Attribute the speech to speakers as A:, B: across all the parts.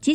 A: 接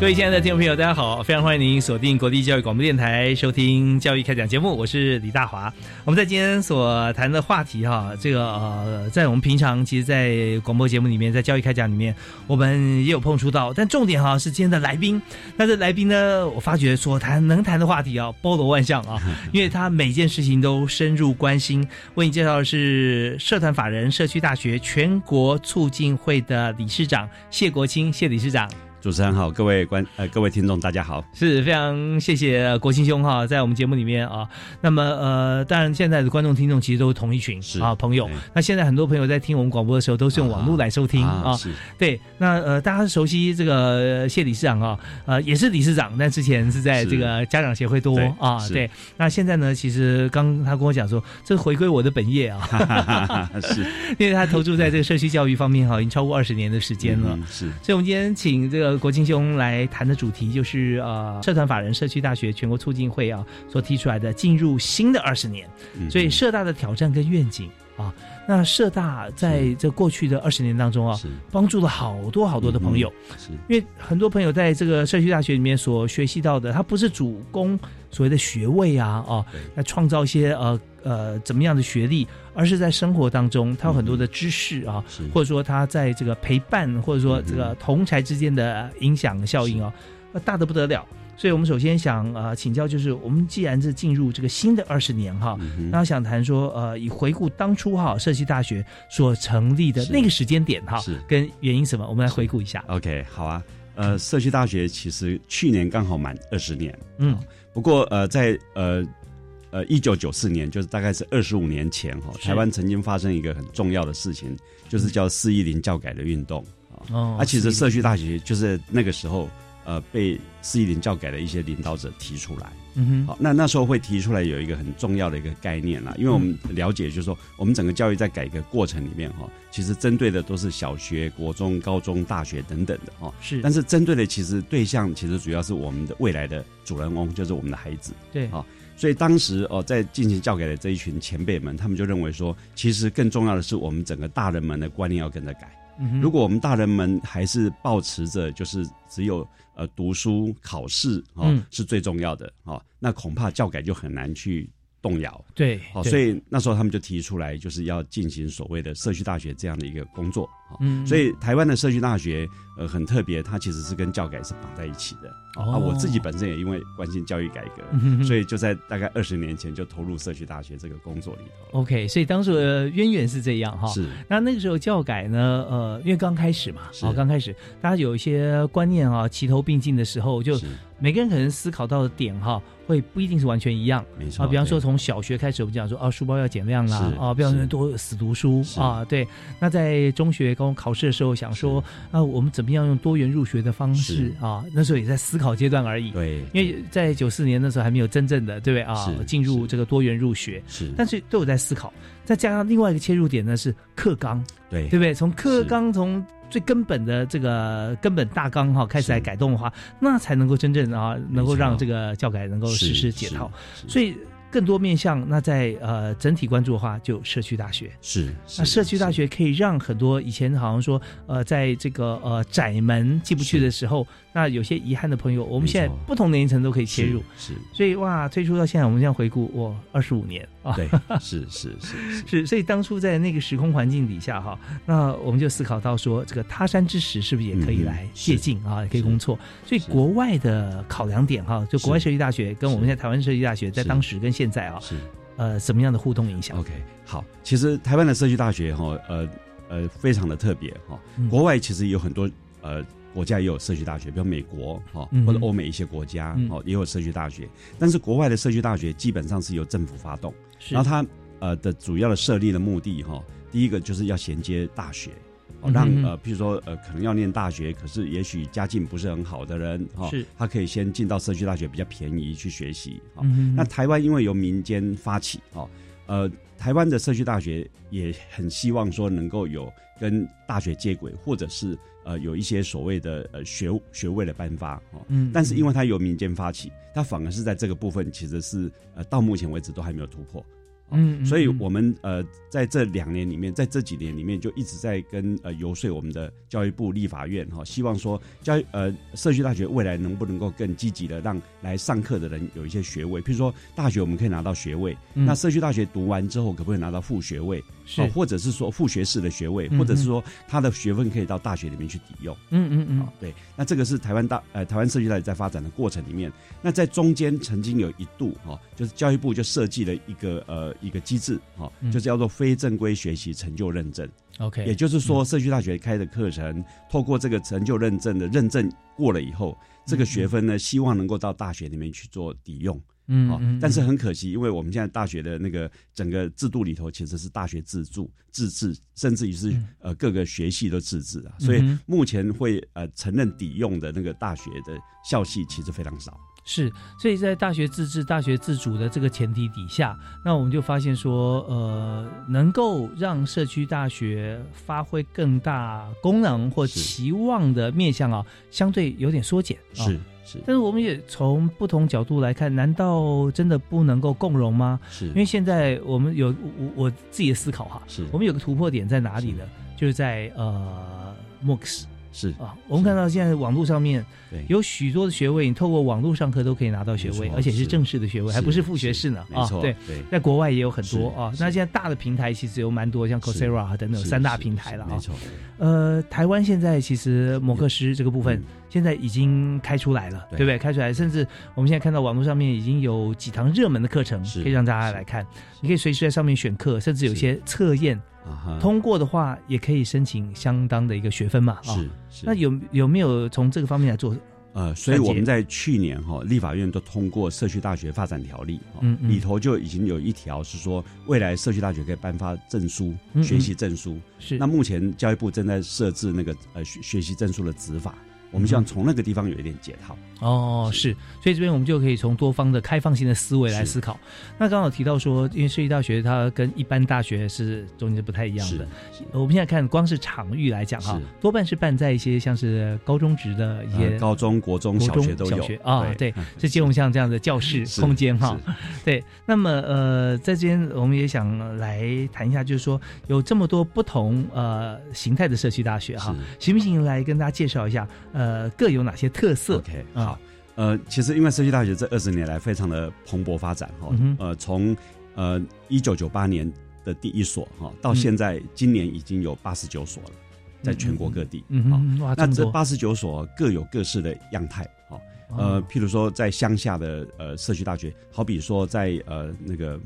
B: 各位亲爱的听众朋友，大家好！非常欢迎您锁定国立教育广播电台收听《教育开讲》节目，我是李大华。我们在今天所谈的话题哈，这个呃，在我们平常其实，在广播节目里面，在《教育开讲》里面，我们也有碰触到，但重点哈是今天的来宾。那这来宾呢，我发觉所谈能谈的话题啊，包罗万象啊，因为他每件事情都深入关心。为你介绍的是社团法人社区大学全国促进会的理事长谢国清，谢理事长。
C: 主持人好，各位观呃各位听众大家好，
B: 是非常谢谢国兴兄哈，在我们节目里面啊，那么呃，当然现在的观众听众其实都是同一群
C: 是
B: 啊朋友
C: 对，
B: 那现在很多朋友在听我们广播的时候都是用网络来收听
D: 哦
B: 啊，
C: 是
B: 对，那呃大家熟悉这个谢理事长啊，呃也是理事长，但之前是在
C: 是
B: 这个家长协会多
C: 对
B: 啊，
C: 是
B: 对，那现在呢，其实刚他跟我讲说，这回归我的本业啊，
C: 是
B: 因为他投注在这个社区教育方面哈、已经超过二十年的时间了。
C: 嗯是
B: 所以，我们今天请这个国清兄来谈的主题就是呃，社团法人社区大学全国促进会啊所提出来的进入新的二十年，
C: 嗯
B: 所以社大的挑战跟愿景啊，那社大在
C: 是
B: 这过去的二十年当中啊，
C: 是嗯
B: 帮助了好多好多的朋友，
C: 是
B: 因为很多朋友在这个社区大学里面所学习到的，他不是主攻所谓的学位啊，哦、
C: 对
B: 来创造一些呃呃怎么样的学历，而是在生活当中，他有很多的知识啊，
C: 是
B: 或者说他在这个陪伴，或者说这个
C: 嗯
B: 同才之间的影响效应哦，那大的不得了。所以我们首先想呃请教，就是我们既然是进入这个新的二十年哈，
C: 嗯哼
B: 那想谈说呃，以回顾当初哈社区大学所成立的
C: 是
B: 那个时间点哈
C: 是，
B: 跟原因什么，我们来回顾一下。
C: OK 好啊，呃社区大学其实去年刚好满二十年，
B: 嗯，
C: 不过呃在呃呃一九九四年就是大概是二十五年前哈，
B: 是
C: 台湾曾经发生一个很重要的事情，就是叫四一零教改的运动啊，
B: 哦
C: 啊，其实社区大学就是那个时候呃被四一零教改的一些领导者提出来。
B: 嗯哼，
C: 好，那那时候会提出来有一个很重要的一个概念啦，因为我们了解就是说，我们整个教育在改革过程里面哈，其实针对的都是小学、国中、高中、大学等等的哈，
B: 是，
C: 但
B: 是
C: 是针对的其实对象其实主要是我们的未来的主人翁，就是我们的孩子。
B: 对，
C: 好所以当时哦，在进行教改的这一群前辈们，他们就认为说，其实更重要的是我们整个大人们的观念要跟着改。
B: 嗯哼
C: 如果我们大人们还是抱持着就是只有呃读书考试哦、
B: 嗯
C: 是最重要的哦，那恐怕教改就很难去动摇。
B: 对，
C: 哦，
B: 对
C: 所以那时候他们就提出来，就是要进行所谓的社区大学这样的一个工作。哦
B: 嗯，
C: 所以台湾的社区大学呃很特别，它其实是跟教改是绑在一起的。
B: 哦
C: 啊，我自己本身也因为关心教育改革，
B: 嗯哼哼
C: 所以就在大概二十年前就投入社区大学这个工作里头。
B: OK，所以当时的渊源是这样哈。
C: 是
B: 那那个时候教改呢，呃，因为刚开始嘛，
C: 是
B: 哦，刚开始大家有一些观念啊，齐头并进的时候，就是每个人可能思考到的点哈、会不一定是完全一样。
C: 没错
B: 啊，比方说
C: 对
B: 从小学开始，我们讲说啊，书包要减量啦，
C: 是
B: 啊，不要
C: 是
B: 多死读书
C: 是
B: 啊，对。那在中学高考试的时候，想说
C: 嗯
B: 啊，我们怎么样用多元入学的方式啊？那时候也在思考阶段而已，
C: 对，
B: 因为在九四年那时候还没有真正的对不对啊
C: 是
B: 进入
C: 是
B: 这个多元入学，
C: 是
B: 但是都有在思考。再加上另外一个切入点呢是课纲，
C: 对
B: 对不对？从课
C: 是
B: 纲从最根本的这个根本大纲哈开始
C: 是
B: 来改动的话，那才能够真正啊能够
C: 没错
B: 让这个教改能够实施解套。，所
C: 以
B: 以更多面向，那在呃整体关注的话，就有社区大学。
C: 是
B: 那社区大
C: 是
B: 学可以让很多以前好像说呃在这个呃窄门进不去
C: 是
B: 的时候，那有些遗憾的朋友，我们
C: 没
B: 现在
C: 错
B: 不同年龄层都可以切入。
C: 是
B: 所以哇，推出到现在，我们这样回顾，哇，二十五年，啊
C: 对，是是是是，
B: 是，所以当初在那个时空环境底下哈，那我们就思考到说，这个他山之石是不是也可以来
C: 嗯哼
B: 借鉴啊，也可以工作。所以
C: 是
B: 国外的考量点哈，就国外
C: 是
B: 设计大学跟我们
C: 是
B: 现在台湾设计大学在
C: 是哦
B: 当时跟现在啊，
C: 是
B: 呃，什么样的互动影响？
C: OK，好，其实台湾的社区大学哈，呃呃，非常的特别哈
B: 嗯。
C: 国外其实有很多呃国家也有社区大学，比如美国哈
B: 嗯，
C: 或者欧美一些国家
B: 嗯
C: 哦也有社区大学，但是国外的社区大学基本上是由政府发动，
B: 是
C: 然后它呃的主要的设立的目的哈，第一个就是要衔接大学。
B: 嗯
C: 哦
B: 哼
C: 让
B: 哼
C: 呃，譬如说呃，可能要念大学，可是也许家境不是很好的人哈，
B: 是
C: 他可以先进到社区大学比较便宜去学习哈。
B: 嗯
C: 那台湾因为由民间发起哦，呃，台湾的社区大学也很希望说能够有跟大学接轨，或者是呃有一些所谓的呃学学位的颁发哦。
B: 嗯
C: 但是因
B: 为
C: 为它由民间发起，它反而是在这个部分其实是呃到目前为止都还没有突破。哦
B: 嗯嗯
C: 所以
B: 嗯
C: 我们呃在这两年里面，在这几年里面就一直在跟呃游说我们的教育部、立法院哈、希望说教育呃社区大学未来能不能够更积极的让来上课的人有一些学位，譬如说大学我们可以拿到学位，那社区大学读完之后可不可以拿到副学位？
B: 嗯是
C: 哦或者是说副学士的学位，
B: 嗯
C: 或者是说他的学分可以到大学里面去抵用。
B: 嗯嗯
C: 哦
B: 嗯，
C: 对，那这个是台湾大呃台湾社区大学在发展的过程里面，那在中间曾经有一度哈、哦就是教育部就设计了一个呃一个机制哈、哦
B: 嗯
C: 就是叫做非正规学习成就认证，
B: ，OK，
C: 哦也就是
B: 嗯
C: 说社区大学开的课程，透过这个成就认证的认证过了以后，这个学分呢，希望能够到大学里面去做抵用。
B: 嗯
C: 哦
B: 嗯，
C: 但是很可惜，因为我们现在大学的那个整个制度里头，其实是大学自助、自治，甚至于是
B: 嗯
C: 呃各个学系都自治啊，所以
B: 嗯哼
C: 目前会呃承认抵用的那个大学的校系其实非常少。
B: 是，所以在大学自治、大学自主的这个前提底下，那我们就发现说，呃，能够让社区大学发挥更大功能或
C: 是
B: 期望的面向啊，相对有点缩减。啊
C: 是
B: 但是我们也从不同角度来看，难道真的不能够共融吗？
C: 是，
B: 因为现在我们有我我自己的思考哈，
C: 是
B: 我们有个突破点在哪里呢？就是在呃 MOOCs
C: 是
B: 啊，我们看到现在网络上面
C: 对
B: 有许多的学位，你透过网络上课都可以拿到学位
C: 没，错
B: 而且是
C: 是
B: 正式的学位，还不是副学士呢
C: 没
B: 啊
C: 错，。
B: 对，
C: 对。
B: 在国外也有很多
C: 是
B: 啊。
C: 是
B: 那现在大的平台其实有蛮多，像
C: 是
B: Coursera 啊等等有
C: 是
B: 三大
C: 是
B: 平台了
C: 是没
B: 啊。
C: 错，
B: 呃，台湾现在其实摩克师这个部分
C: 嗯
B: 现在已经开出来了，对
C: 对
B: 不对？开出来，甚至我们现在看到网络上面已经有几堂热门的课程
C: 是
B: 可以让大家来看，你可以随时在上面选课，甚至有些测验
C: 啊哈，
B: 通过的话，也可以申请相当的一个学分嘛。啊。
C: 是是
B: 那有有没有从这个方面来做？
C: 呃，所以
B: 了解
C: 我们在去年哈、立法院都通过《社区大学发展条例》哦
B: 嗯嗯
C: 里头就已经有一条是说，未来社区大学可以颁发证书、
B: 嗯嗯
C: 学习证书。
B: 是
C: 那目前教育部正在设置那个呃学学习证书的执法，我们希
B: 嗯
C: 望从那个地方有一点解套。
B: 哦，是，所以这边我们就可以从多方的开放性的思维来
C: 是
B: 思考。那刚好提到说，因为设计大学它跟一般大学是中间是不太一样的。
C: 是
B: 我们现在看，光是场域来讲哈
C: 是，
B: 多半是办在一些像是高中职的一些
C: 呃、高中、国中、
B: 国
C: 小
B: 中
C: 学都有
B: 小学啊对
C: 嗯
B: 这接我们像这样的教室
C: 是
B: 空间哈。
C: 是
B: 对，那么呃，在这边我们也想来谈一下，就是说有这么多不同呃形态的社区大学哈
C: 是，
B: 行不行？来跟大家介绍一下，呃，各有哪些特色？
C: OK，
B: 啊
C: 好，呃，其实因为社区大学这二十年来非常的蓬勃发展哈
B: 嗯哼，
C: 呃，从呃一九九八年的第一所哈，到
B: 嗯
C: 现在今年已经有八十九所了，在全国各地。
B: 嗯
C: 好，
B: 哼，哇，
C: 那
B: 么
C: 这
B: 多
C: 八十九所各有各式的样态哈。呃
B: 哦，
C: 譬如说在乡下的呃社区大学，好比说在呃那个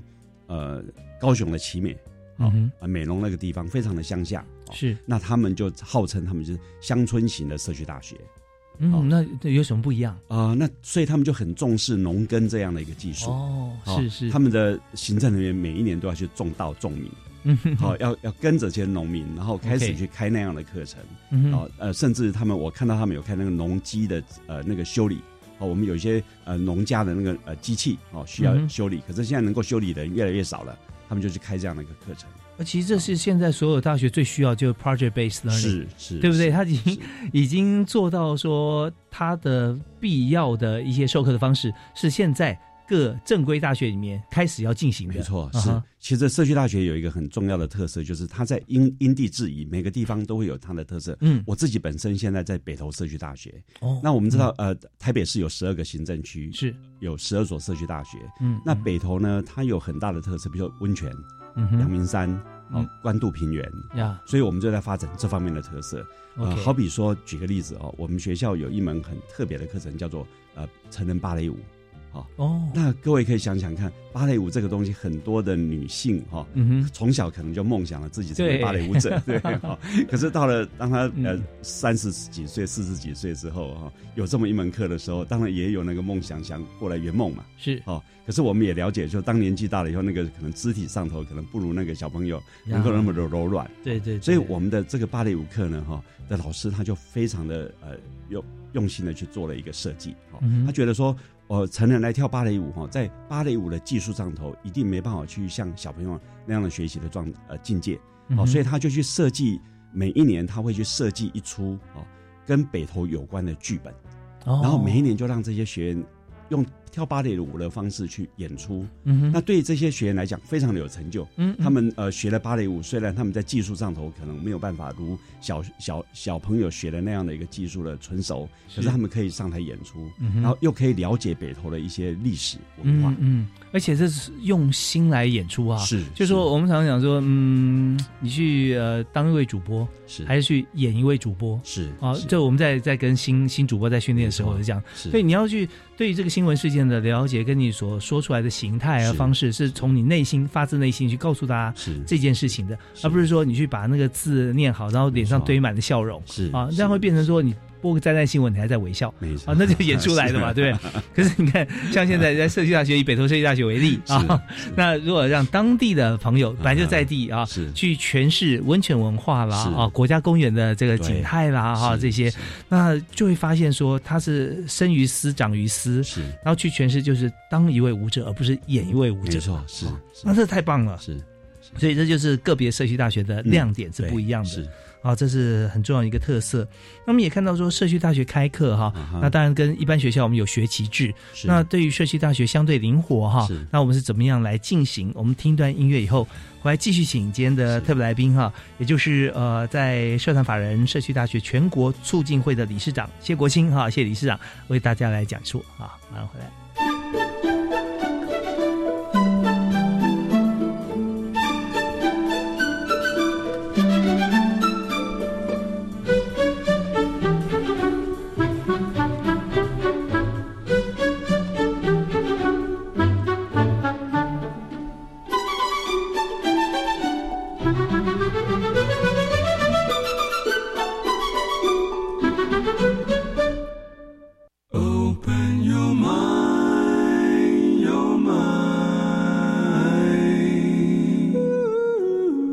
C: 呃高雄的奇美
B: 嗯哼
C: 啊、美浓那个地方，非常的乡下。哦
B: 是，
C: 那他们就号称他们就是乡村型的社区大学好
B: 嗯，那那有什么不一样？
C: 啊、那所以他们就很重视农耕这样的一个技术。
B: 哦，
C: 哦
B: 是是，
C: 他们的行政人员每一年都要去种稻种米，
B: 嗯哼
C: 好、要要跟着这些农民，然后开
B: OK
C: 始去开那样的课程。
B: 嗯
C: 哦
B: 哼，
C: 呃，甚至他们我看到他们有开那个农机的呃那个修理。哦，我们有一些呃农家的那个呃机器哦需
B: 嗯
C: 要
B: 哼
C: 修理，可是现在能够修理的人越来越少了，他们就去开这样的一个课程。
B: 那呃其实这是现在所有大学最需要，就是 project based learning。
C: 是是，
B: 对不对？
C: 是？
B: 他已经
C: 是
B: 已经做到说，他的必要的一些授课的方式是现在各正规大学里面开始要进行的。
C: 没错，
B: 啊
C: 是
B: 哈。
C: 其实社区大学有一个很重要的特色，就是它在因因地制宜，每个地方都会有它的特色。
B: 嗯，
C: 我自己本身现在在北投社区大学，
B: 哦嗯
C: 那我们知道，呃，台北市有十二个行政区，
B: 是，
C: 有十二所社区大学。
B: 嗯，
C: 那
B: 嗯
C: 北投呢，它有很大的特色，比如说温泉、
B: 嗯
C: 阳
B: 哼
C: 明山、
B: 嗯
C: 哦，关渡平原。
B: 呀
C: 所以我们就在发展这方面的特色。呃，
B: ，OK，
C: 啊好比说，举个例子哦，我们学校有一门很特别的课程，叫做呃成人芭蕾舞。
B: 哦，
C: 那各位可以想想看，芭蕾舞这个东西，很多的女性哈、哦，
B: 嗯哼，
C: 从小可能就梦想了自己成为
B: 对
C: 芭蕾舞 者，对哈。可是到了当他呃
B: 嗯
C: 三十几岁、四十几岁之后哈、有这么一门课的时候，当然也有那个梦想想过来圆梦嘛。
B: 是
C: 哦，可是我们也了解，就当年纪大了以后，那个可能肢体上头可能不如那个小朋友能够那么的柔软，
B: 对对，对
C: 所以我们的这个芭蕾舞课呢，哈、的老师他就非常的呃用用心的去做了一个设计，哈、
B: 嗯哼
C: 他觉得说，呃，成人来跳芭蕾舞哈、在芭蕾舞的技术上头一定没办法去像小朋友那样的学习的状呃境界，
B: 嗯
C: 哦，
B: 哼
C: 所以他就去设计每一年他会去设计一出哦跟北投有关的剧本，
B: 哦
C: 然后每一年就让这些学员用跳芭蕾舞的方式去演出，
B: 嗯哼
C: 那对这些学员来讲非常的有成就。
B: 嗯嗯
C: 他们呃学了芭蕾舞，虽然他们在技术上头可能没有办法如小小小朋友学的那样的一个技术的纯熟，可是他们可以上台演出，
B: 嗯哼
C: 然后又可以了解北投的一些历史文化
B: 嗯。嗯，而且这是用心来演出啊。
C: 是，
B: 就说我们常常讲说，嗯，你去呃当一位主播，
C: 是
B: 还是去演一位主播
C: 是
B: 啊？
C: 是
B: 这我们在在跟新新主播在训练的时候
C: 没错
B: 我就讲，
C: 是
B: 所以你要去对于这个新闻事件的了解，跟你所说出来的形态啊
C: 是
B: 方式，是从你内心发自内心去告诉大家
C: 是
B: 这件事情的，
C: 是
B: 而不是说你去把那个字念好，然后脸上
C: 没错
B: 堆满了笑容
C: 是
B: 啊，
C: 是
B: 这样会变成说你播个灾难新闻你还在微笑。
C: 没错
B: 啊，那就演出来的 嘛，对不对？可是你看，像现在在社区大学，以北投社区大学为例 啊，
C: 是
B: 那如果让当地的朋友，本来就在地啊，
C: 是
B: 去诠释温泉文化啦
C: 是
B: 啊，国家公园的这个
C: 对
B: 景态啦啊哈、
C: 是
B: 这些
C: 是，
B: 那就会发现说它是生于斯长于斯，
C: 是
B: 然后去诠释就是当一位舞者，而不是演一位舞者
C: 没。错是
B: 那这太棒了，
C: 是
B: 所以这就是个别社区大学的亮点是
C: 对
B: 不一样的
C: 是
B: 啊、这是很重要的一个特色。那么也看到说社区大学开课哈、
C: 啊哈
B: 那当然跟一般学校我们有学期制，
C: 是
B: 那对于社区大学相对灵活哈
C: 是，
B: 那我们是怎么样来进行？我们听一段音乐以后，回来继续请今天的
C: 是
B: 特别来宾哈，也就是呃，在社团法人社区大学全国促进会的理事长谢国清哈，谢理事长为大家来讲述啊，马上回来。
E: Open your mind, your mind.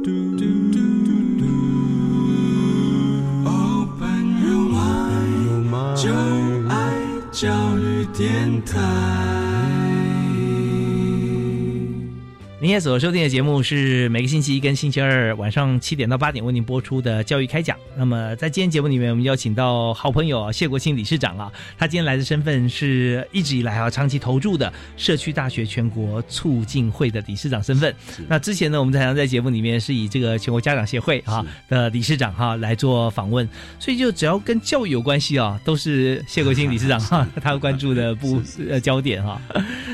E: Do, do, do, do, do. Open your mind，就爱教育电台。
B: 您也所收听的节目是每个星期一跟星期二晚上七点到八点为您播出的《教育开讲》。那么在今天节目里面，我们邀请到好朋友啊谢国清理事长啊，他今天来的身份是一直以来啊长期投注的社区大学全国促进会的理事长身份。那之前呢，我们常常在节目里面是以这个全国家长协会啊的理事长哈、来做访问，所以就只要跟教育有关系啊，都是谢国清理事长哈、他关注的不呃焦点哈、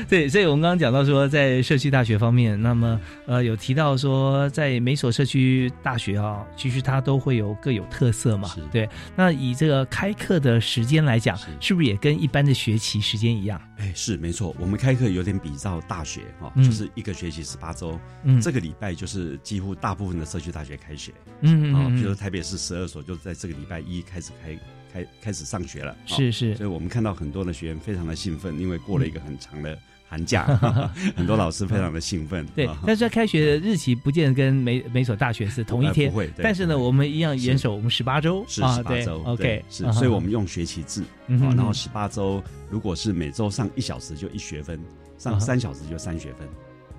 B: 对，所以我们刚刚讲到说，在社区大学方面，那么呃有提到说，在每所社区大学啊，其实它都会有各有特色嘛
C: 是，
B: 对。那以这个开课的时间来讲，
C: 是
B: 是不是也跟一般的学期时间一样？
C: 哎是没错，我们开课有点比照大学哈，
B: 嗯
C: 就是一个学期十八周，
B: 嗯，
C: 这个礼拜就是几乎大部分的社区大学开学。
B: 嗯
C: 啊，比
B: 嗯
C: 如
B: 嗯，
C: 台北市十二所就在这个礼拜一开始开开开始上学了，啊
B: 是是
C: 所以我们看到很多的学员非常的兴奋，因为过了一个很长的寒 假，很多老师非常的兴奋，
B: 对
C: 啊。
B: 但是它开学的日期不见得跟每每所大学是同一
C: 呃
B: 天
C: 不，会，对
B: 但是呢，
C: 不会
B: 我们一样
C: 是
B: 严守我们十八周
C: 是
B: 啊，
C: 十八
B: 对
C: 周
B: ，OK，
C: 对是
B: 啊，哈
C: 所以我们用学期制
B: 嗯
C: 啊
B: 哼，
C: 然后十八周，如果是每周上一小时就一学分，
B: 啊
C: 上
B: 哈
C: 三小时就三学分，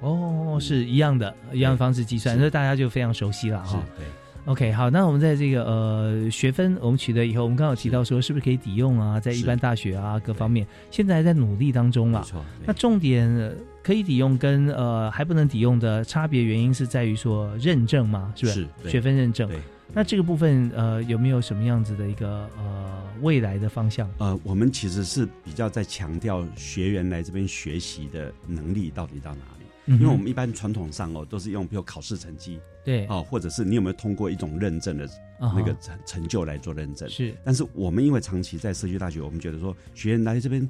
B: 哦是一样的，一样的方式计算，
C: 是
B: 所以大家就非常熟悉了
C: 是
B: 啊哈。
C: 对。
B: OK，好，那我们在这个呃学分我们取得以后，我们刚刚有提到说是不是可以抵用啊，在一
C: 是
B: 般大学啊各方面，现在还在努力当中
C: 没
B: 啦。
C: 错。对
B: 那重点呃可以抵用跟呃还不能抵用的差别原因是在于说认证嘛，是不
C: 是对
B: 学分认证。
C: 对
B: 那这个部分呃有没有什么样子的一个呃未来的方向？
C: 呃，我们其实是比较在强调学员来这边学习的能力到底到哪里，
B: 因
C: 因为我们一般传统上哦都是用比如考试成绩
B: 对
C: 哦，或者是你有没有通过一种认证的
B: 啊
C: 那个
B: 哈
C: 成成就来做认证。
B: 是
C: 但是我们因为长期在社区大学，我们觉得说学员来这边，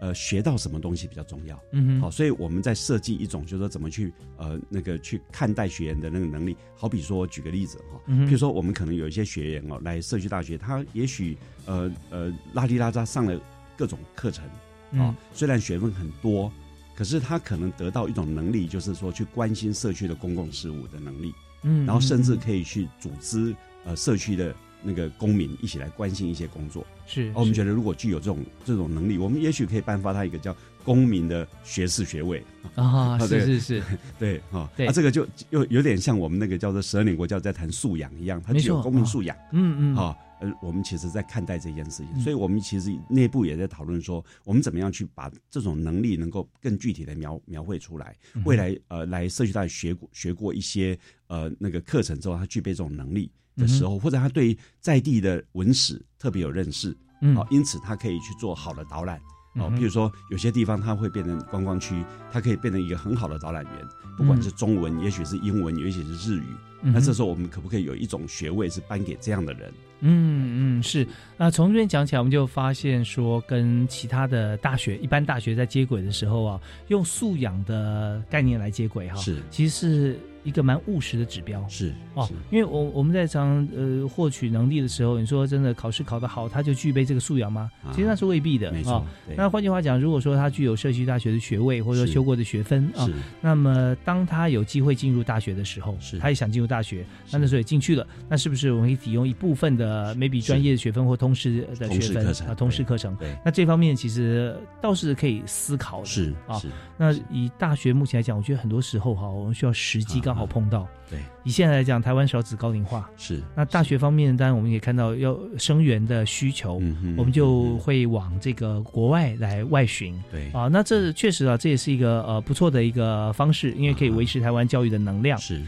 C: 呃，学到什么东西比较重要。
B: 嗯
C: 好，
B: 哼
C: 所以我们在设计一种，就是说怎么去呃那个去看待学员的那个能力。好比说，我举个例子哈，
B: 嗯哼
C: 譬如说我们可能有一些学员哦来社区大学，他也许呃呃拉里拉扎上了各种课程啊、
B: 嗯
C: 虽然学问很多，可是他可能得到一种能力，就是说去关心社区的公共事务的能力。
B: 嗯
C: 然后甚至
B: 嗯嗯
C: 可以去组织呃社区的那个公民一起来关心一些工作。
B: 是
C: 哦而我们觉
B: 得
C: 得如果具有这种这种能力，我们也许可以颁发他一个叫公民的学士学位。
B: 啊
C: 啊
B: 是
C: 对
B: 是 是
C: 对哈，
B: 对
C: 啊，这个就又有点像我们那个叫做十二年国教在谈素养一样，它
B: 没
C: 具有
B: 错
C: 公民
B: 啊
C: 素养。
B: 嗯嗯
C: 啊、呃，我们其实在看待这件事情，
B: 嗯
C: 所以我们其实内部也在讨论说，我们怎么样去把这种能力能够更具体的描描绘出来。
B: 嗯
C: 未来呃，来社区大学学过学过一些呃那个课程之后，他具备这种能力的时候，或者他对在地的文史特别有认识，
B: 嗯
C: 好、因此他可以去做好的导览。哦
B: 嗯，哼
C: 比如说有些地方它会变成观光区，它可以变成一个很好的导览员，不管是中文，也许是英文，也许是日语。
B: 嗯
C: 那
B: 哼
C: 这时候我们可不可以有一种学位是颁给这样的人？
B: 嗯嗯，是。那从这边讲起来，我们就发现说，跟其他的大学、一般大学在接轨的时候啊，用素养的概念来接轨哈、
C: 是
B: 其实是一个蛮务实的指标。
C: 是
B: 哦
C: 是，
B: 因为我我们在常呃获取能力的时候，你说真的考试考得好，他就具备这个素养吗？
C: 啊
B: 其实那是未必的
C: 没
B: 哦
C: 错。对
B: 那换句话讲，如果说他具有社区大学的学位，或者说
C: 是
B: 修过的学分啊，
C: 是
B: 那么，当他有机会进入大学的时候，
C: 是
B: 他也想进入大学，那
C: 是
B: 那时候也进去了，那是不是我们可以抵用一部分的 maybe 专业的学分或通识的
C: 通识
B: 学分
C: 课程
B: 啊，通识
C: 对
B: 课程？
C: 对
B: 那这方面其实倒是可以思考的。
C: 是
B: 啊
C: 是
B: 那以大学目前来讲，我觉得很多时候哈，我们需要时机
C: 啊
B: 刚好
C: 啊
B: 碰到。
C: 对
B: 以现在来讲，台湾少子高龄化，
C: 是
B: 那大学方面，当然我们也看到要生源的需求，
C: 嗯哼
B: 我们就
C: 嗯哼
B: 会往这个国外来外巡。
C: 对
B: 啊，那这确实啊，这也是一个呃不错的一个方式，因为可以维持台湾教育的能量。
C: 是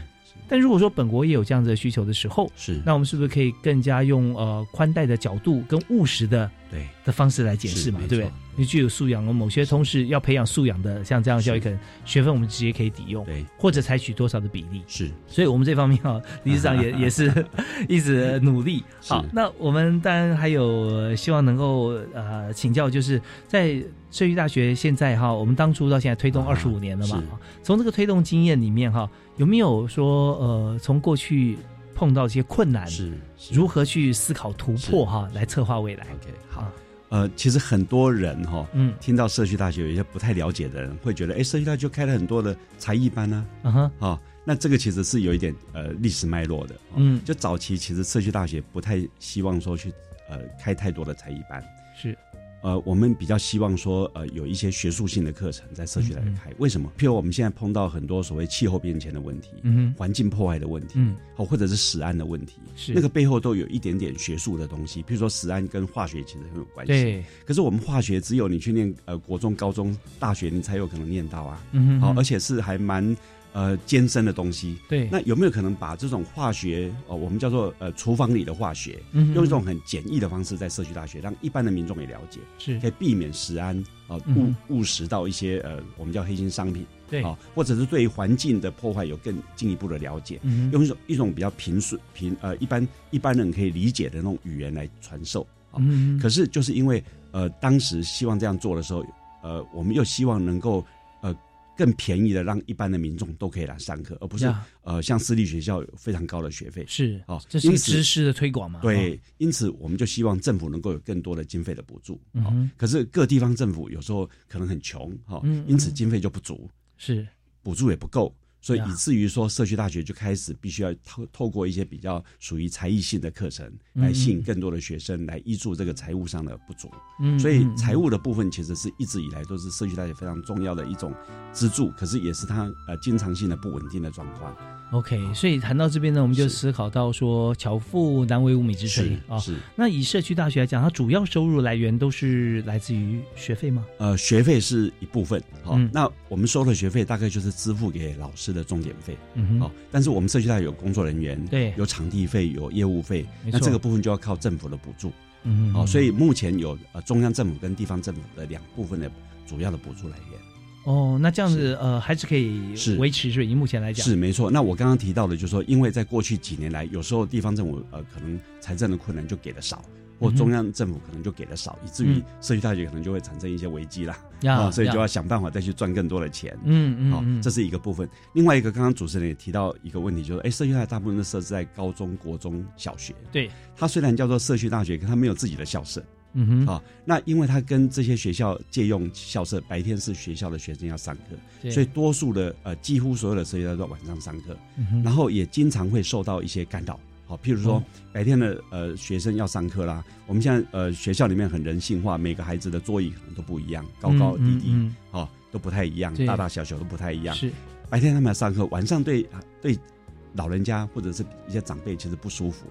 B: 但如果说本国也有这样子的需求的时候，
C: 是
B: 那我们是不是可以更加用呃宽带的角度跟务实的
C: 对
B: 的方式来解释嘛，
C: 是没
B: 对不对
C: 错？
B: 你具有素养，某些同事要培养素养的，像这样的教育，
C: 是
B: 可能学分我们直接可以抵用，
C: 对
B: 或者采取多少的比例。
C: 是
B: 所以我们这方面啊，理事 长也也是 一直努力。
C: 是
B: 好，那我们当然还有呃希望能够呃请教，就是在社区大学现在哈，我们当初到现在推动
C: 啊
B: 二十五年了嘛
C: 是，
B: 从这个推动经验里面哈，有没有说呃从过去碰到一些困难，
C: 是
B: 如
C: 何
B: 何去思考突破
C: 是
B: 哈，来策划未来？
C: OK 好
B: 啊
C: 呃，其实很多人哈。
B: 嗯
C: 听到社区大学，有一些不太了解的人会觉得，哎，社区大学就开了很多的才艺班啊，
B: 嗯哼
C: 啊、那这个其实是有一点呃历史脉络的，哦
B: 嗯
C: 就早期其实社区大学不太希望说去呃开太多的才艺班，
B: 是
C: 呃，我们比较希望说，呃，有一些学术性的课程在社区来
B: 嗯
C: 开。为什么？譬如我们现在碰到很多所谓气候变迁的问题、
B: 嗯哼
C: 环境破坏的问题，
B: 嗯
C: 好、或者是食安的问题，
B: 是
C: 那个背后都有一点点学术的东西。譬如说食安跟化学其实很有关系，
B: 对
C: 可是我们化学只有你去念呃国中、高中、大学，你才有可能念到啊。
B: 嗯哼
C: 好、而
B: 且
C: 且是还蛮呃艰深的东西。
B: 对
C: 那有没有可能把这种化学，呃，我们叫做呃厨房里的化学，
B: 嗯哼
C: 用一种很简易的方式在社区大学，让一般的民众也了解？
B: 是
C: 可以避免食安啊误
B: 嗯
C: 误食到一些呃我们叫黑心商品
B: 对
C: 啊，或者是对环境的破坏有更进一步的了解，
B: 嗯哼
C: 用一种一种比较平顺平呃一般一般人可以理解的那种语言来传授啊。
B: 嗯哼
C: 可是就是因为呃当时希望这样做的时候，呃我们又希望能够呃更便宜的让一般的民众都可以来上课，而不是
B: 呀
C: 呃像私立学校有非常高的学费。
B: 是
C: 哦
B: 这是一个
C: 因此
B: 知识的推广嘛？哦，
C: 对，因此我们就希望政府能够有更多的经费的补助。
B: 嗯
C: 啊。
B: 哼
C: 可是各地方政府有时候可能很穷哈、哦
B: 嗯嗯
C: 因此经费就不足，
B: 是
C: 补助也不够，所以
B: 呀
C: 以至于说社区大学就开始必须要透透过一些比较属于才艺性的课程
B: 嗯
C: 来吸引
B: 嗯
C: 更多的学生来依助这个财务上的不足，
B: 嗯
C: 所以
B: 嗯嗯
C: 财务的部分其实是一直以来都是社区大学非常重要的一种支柱，可是也是它呃经常性的不稳定的状况。
B: OK，所以谈到这边呢，我们就是思考到说，巧妇难为无米之炊
C: 是
B: 啊、
C: 是
B: 那以社区大学来讲，它主要收入来源都是来自于学费吗？
C: 呃，学费是一部分，好、
B: 嗯
C: 那我们收的学费大概就是支付给老师的重点费，
B: 嗯
C: 好、，哦但是我们社区大学有工作人员，
B: 对
C: 有场地费，有业务费，
B: 没
C: 那
B: 错
C: 这个部分就要靠政府的补助，
B: 嗯
C: 好、哦所以目前有呃中央政府跟地方政府的两部分的主要的补助来源。
B: 哦，那这样子
C: 是
B: 呃，还是可以
C: 是
B: 维持，所以以目前来讲
C: 是没错。那我刚刚提到的，就是说，因为在过去几年来，有时候地方政府呃可能财政的困难就给的少，或
B: 嗯哼
C: 中央政府可能就给的少，以至于
B: 嗯
C: 社区大学可能就会产生一些危机啦。
B: 呀
C: 啊，所以就要
B: 呀
C: 想办法再去赚更多的钱。
B: 嗯嗯
C: 好、
B: 嗯，
C: 这是一个部分。另外一个，刚刚主持人也提到一个问题，就是哎，社区大学大部分的设置在高中国中小学，
B: 对，
C: 它虽然叫做社区大学，可它没有自己的校舍。
B: 嗯哼，
C: 啊、那因为它跟这些学校借用校舍，白天是学校的学生要上课，
B: 对
C: 所以多数的呃几乎所有的社区大学都晚上上课。
B: 嗯哼
C: 然后也经常会受到一些干扰。好，譬如说
B: 哦
C: 白天的呃学生要上课啦，我们现在呃学校里面很人性化，每个孩子的座椅可能都不一样，高高低
B: 嗯
C: 低，
B: 嗯
C: 哦都不太一样
B: 对，
C: 大大小小都不太一
B: 嗯
C: 样。
B: 是
C: 白天他们要上课，晚上对啊对老人家或者是一些长辈其实不舒服，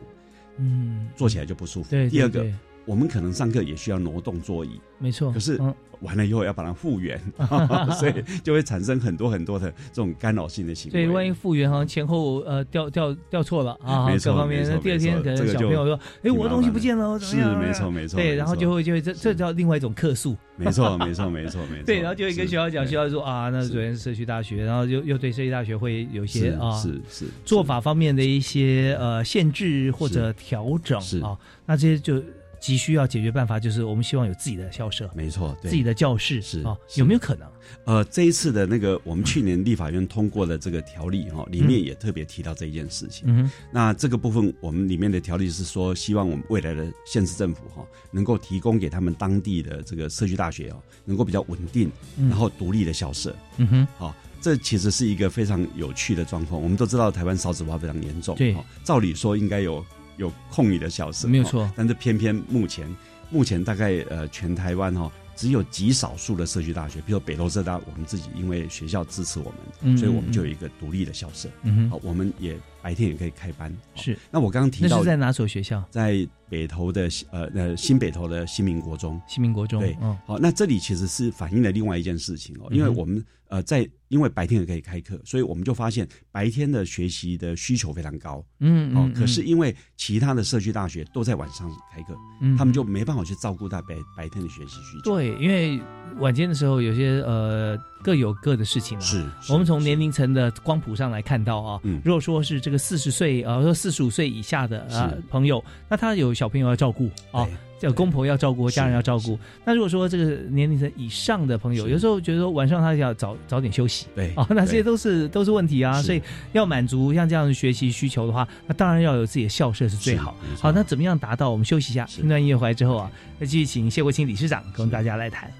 B: 嗯，
C: 坐起来就不舒服。
B: 对，对
C: 第二个，
B: 对
C: 我们可能上课也需要挪动座椅，
B: 没错，
C: 可是
B: 嗯
C: 完了以后要把它复原， 所以就会产生很多很多的这种干扰性的行为。
B: 对，万一复原好像前后呃调调调错了啊，
C: 没
B: 各
C: 错
B: 方面，
C: 没错
B: 那第二天
C: 没
B: 可能
C: 错这个
B: 小
C: 就
B: 朋友说，哎，
C: 挺
B: 我的东西
C: 麻烦
B: 不
C: 的
B: 见了，我怎
C: 是
B: 么样？怎么
C: 没
B: 样
C: 错，没错，
B: 对，
C: 没
B: 然后
C: 错
B: 就会就会这这
C: 是
B: 叫另外一种客诉，
C: 没错，没错，没错，没错。
B: 对，然后就会跟
C: 是
B: 学校讲，
C: 对
B: 学校说啊，那
C: 是
B: 昨天是社区大学，然后又又对社区大学会有一些
C: 是
B: 啊
C: 是是
B: 做法方面的一些呃限制或者调整
C: 是
B: 啊，那这些就急需要解决办法，就是我们希望有自己的校舍
C: 是、没错，对
B: 自己的教室
C: 是
B: 啊，
C: 是
B: 有没有可能？
C: 呃，这一次的那个我们去年立法院通过的这个条例哈、里面也特别提到这一件事情。
B: 嗯哼，
C: 那这个部分我们里面的条例是说，希望我们未来的县市政府哈、能够提供给他们当地的这个社区大学哦，能够比较稳定，
B: 嗯
C: 然后独立的校舍。
B: 嗯哼，
C: 好、哦这其实是一个非常有趣的状况。我们都知道台湾少子化非常严重，
B: 对
C: 哦照理说应该有有空余的小时，
B: 没有
C: 哦
B: 错
C: 但是偏偏目前目前大概呃全台湾哈、哦，只有极少数的社区大学，比如北投社大，我们自己因为学校支持我们，
B: 嗯
C: 所以我们就有
B: 嗯
C: 一个独立的校舍。
B: 嗯
C: 好、
B: 哼，
C: 我们也白天也可以开班。哦
B: 是，
C: 那我刚刚提
B: 那
C: 到
B: 是在哪所学校？
C: 在北投的西呃呃新北投的新民国中，
B: 新民国中，
C: 对哦
B: 嗯，
C: 好，那这里其实是反映了另外一件事情哦，因为
B: 嗯哼
C: 我们、呃在因为白天也可以开课，所以我们就发现白天的学习的需求非常高
B: 嗯，
C: 哦。
B: 嗯
C: 可是因为其他的社区大学都在晚上开课，
B: 嗯
C: 他们就
B: 嗯
C: 没办法去照顾到白白天的学习需求。
B: 对，啊因为晚间的时候有些呃各有各的事情啊，
C: 是，是
B: 我们从
C: 是
B: 年龄层的光谱上来看到啊，
C: 嗯
B: 如果说是这个四十岁啊，呃说四十五岁以下的啊
C: 是
B: 朋友，那他有小朋友要照顾啊
C: 对，
B: 有公婆要照顾，
C: 是
B: 家人要照顾
C: 是。
B: 那如果说这个年龄层以上的朋友，
C: 是
B: 有时候觉得说晚上他要早早点休息。
C: 对
B: 啊， 那这些
C: 对
B: 都是都是问题啊，
C: 是
B: 所以要满足像这样的学习需求的话，那当然要有自己的校舍是最
C: 是
B: 好。
C: 没错
B: 好，那怎么样达到？我们休息一下，
C: 是
B: 听段音乐回来之后啊，再继续请谢国清理事长跟
C: 是
B: 大家来谈。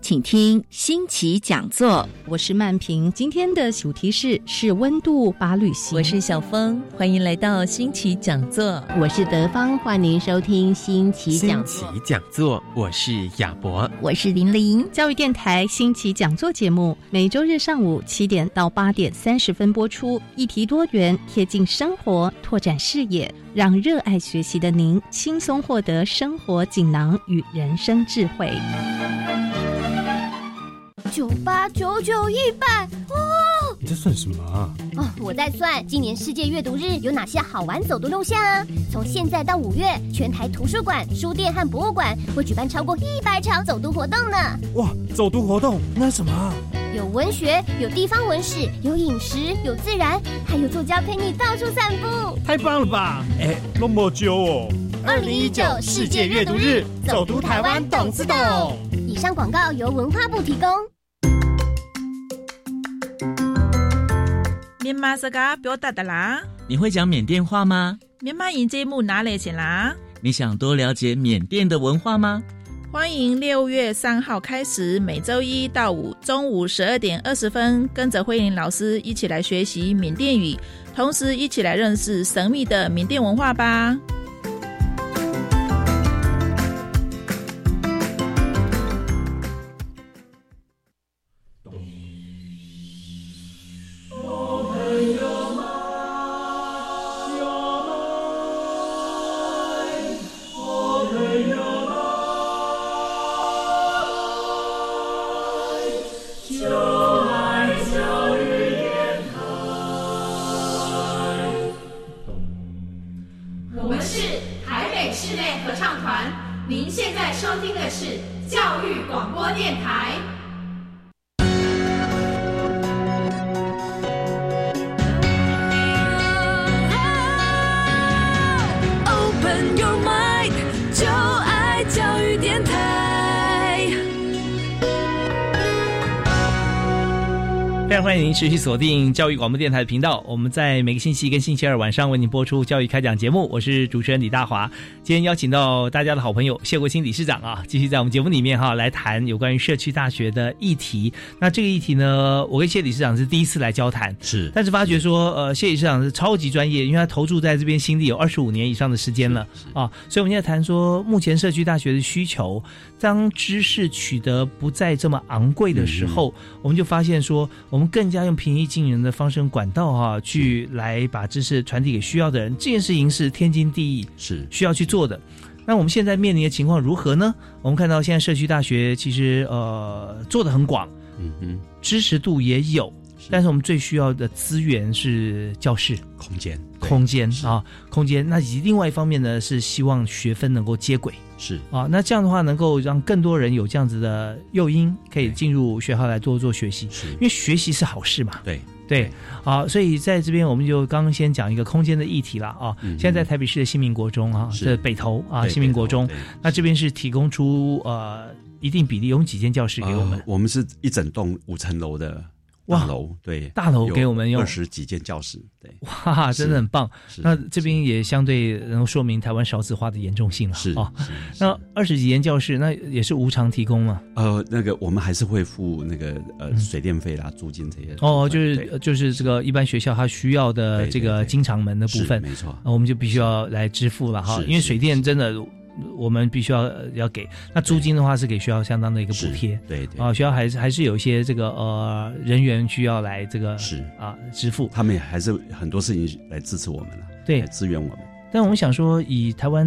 A: 请听新奇讲座。
F: 我是曼平，今天的主题是是温度把旅行。
G: 我是小峰，欢迎来到新奇讲座。
H: 我是德芳，欢迎收听新奇讲
I: 新
H: 座。
I: 奇讲座，我是亚博。
G: 我是林玲。
F: 教育电台新奇讲座节目，每周日上午七点到八点三十分播出，议题多元，贴近生活，拓展视野，让热爱学习的您轻松获得生活锦囊与人生智慧。
J: 九八九九一百
E: 你在算什么啊？
J: 哦！我在算今年世界阅读日有哪些好玩走读路线啊？从现在到五月，全台图书馆、书店和博物馆会举办超过一百场走读活动呢。
E: 哇，走读活动那什么啊？
J: 有文学，有地方文史，有饮食，有自然，还有作家陪你到处散步。
E: 太棒了吧！哎，那么久哦。
J: 2019世界阅读日走读台湾懂之懂以上广告由文化部提供。
K: 棉麻是噶表达的啦，
L: 你会讲缅甸话吗？
K: 棉麻迎节目哪里去啦？
L: 你想多了解缅甸的文化吗？
K: 欢迎六月三号开始，每周一到五中午十二点二十分，跟着慧玲老师一起来学习缅甸语，同时一起来认识神秘的缅甸文化吧。
M: 我们是台北室内合唱团，您现在收听的是教育广播电台。
N: Open your mind，就爱教育电台。
B: 非常欢迎您持续锁定教育广播电台的频道。我们在每个星期一跟星期二晚上为您播出教育开讲节目，我是主持人李大华。今天邀请到大家的好朋友谢国清理事长啊，继续在我们节目里面哈、来谈有关于社区大学的议题。那这个议题呢，我跟谢理事长是第一次来交谈，
I: 是
B: 但是发觉说，呃，谢理事长是超级专业，因为他投注在这边心力有二十五年以上的时间了啊，所以我们现在谈说，目前社区大学的需求，当知识取得不再这么昂贵的时候，我们就发现说，我们更加用平易近人的方式管道哈、去来把知识传递给需要的人，这件事情是天经地义，
I: 是
B: 需要去做的。那我们现在面临的情况如何呢？我们看到现在社区大学其实呃做的很广，
I: 嗯哼，
B: 支持度也有，
I: 是
B: 但是我们最需要的资源是教室。
I: 空间对
B: 空间
I: 是
B: 啊，空间。那以及另外一方面呢，是希望学分能够接轨
I: 是
B: 啊。那这样的话，能够让更多人有这样子的诱因，可以
I: 对
B: 进入学校来多做学习，
I: 是
B: 因为学习是好事嘛。
I: 对
B: 对
I: 对，
B: 啊，所以在这边我们就刚刚先讲一个空间的议题了啊。
I: 嗯哼
B: 现在在台北市的新民国中啊，
I: 是
B: 这北投啊，
I: 对
B: 新民国中
I: 对，对
B: 那这边是提供出呃一定比例，有几间教室给我们
C: 呃？我们是一整栋五层楼的
B: 哇
C: 大楼，对，
B: 大楼给我们用
C: 二十几间教室，对，
B: 哈哈，真的很棒。
C: 是
B: 那这边也相对能够说明台湾少子化的严重性了
C: 是
B: 啊。
C: 是是
B: 那二十几间教室，那也是无偿提供嘛？
C: 呃，那个我们还是会付那个呃
B: 嗯
C: 水电费啦、租金这些部分。
B: 哦，就是
C: 对
B: 呃就是这个一般学校它需要的
C: 对
B: 这个
C: 对对
B: 经常门的部
C: 是
B: 分，哦
C: 没错。
B: 那我们就必须要来支付了哈
C: 是，
B: 因为
C: 是
B: 水电真的我们必须要呃要给。那租金的话是给学校相当的一个补
C: 是
B: 贴
C: 对对
B: 啊，学校还是还是有一些这个呃人员需要来这个
C: 是
B: 啊支付。
C: 他们也还是很多事情来支持我们了，
B: 对
C: 来支援我们。
B: 但我们想说，以台湾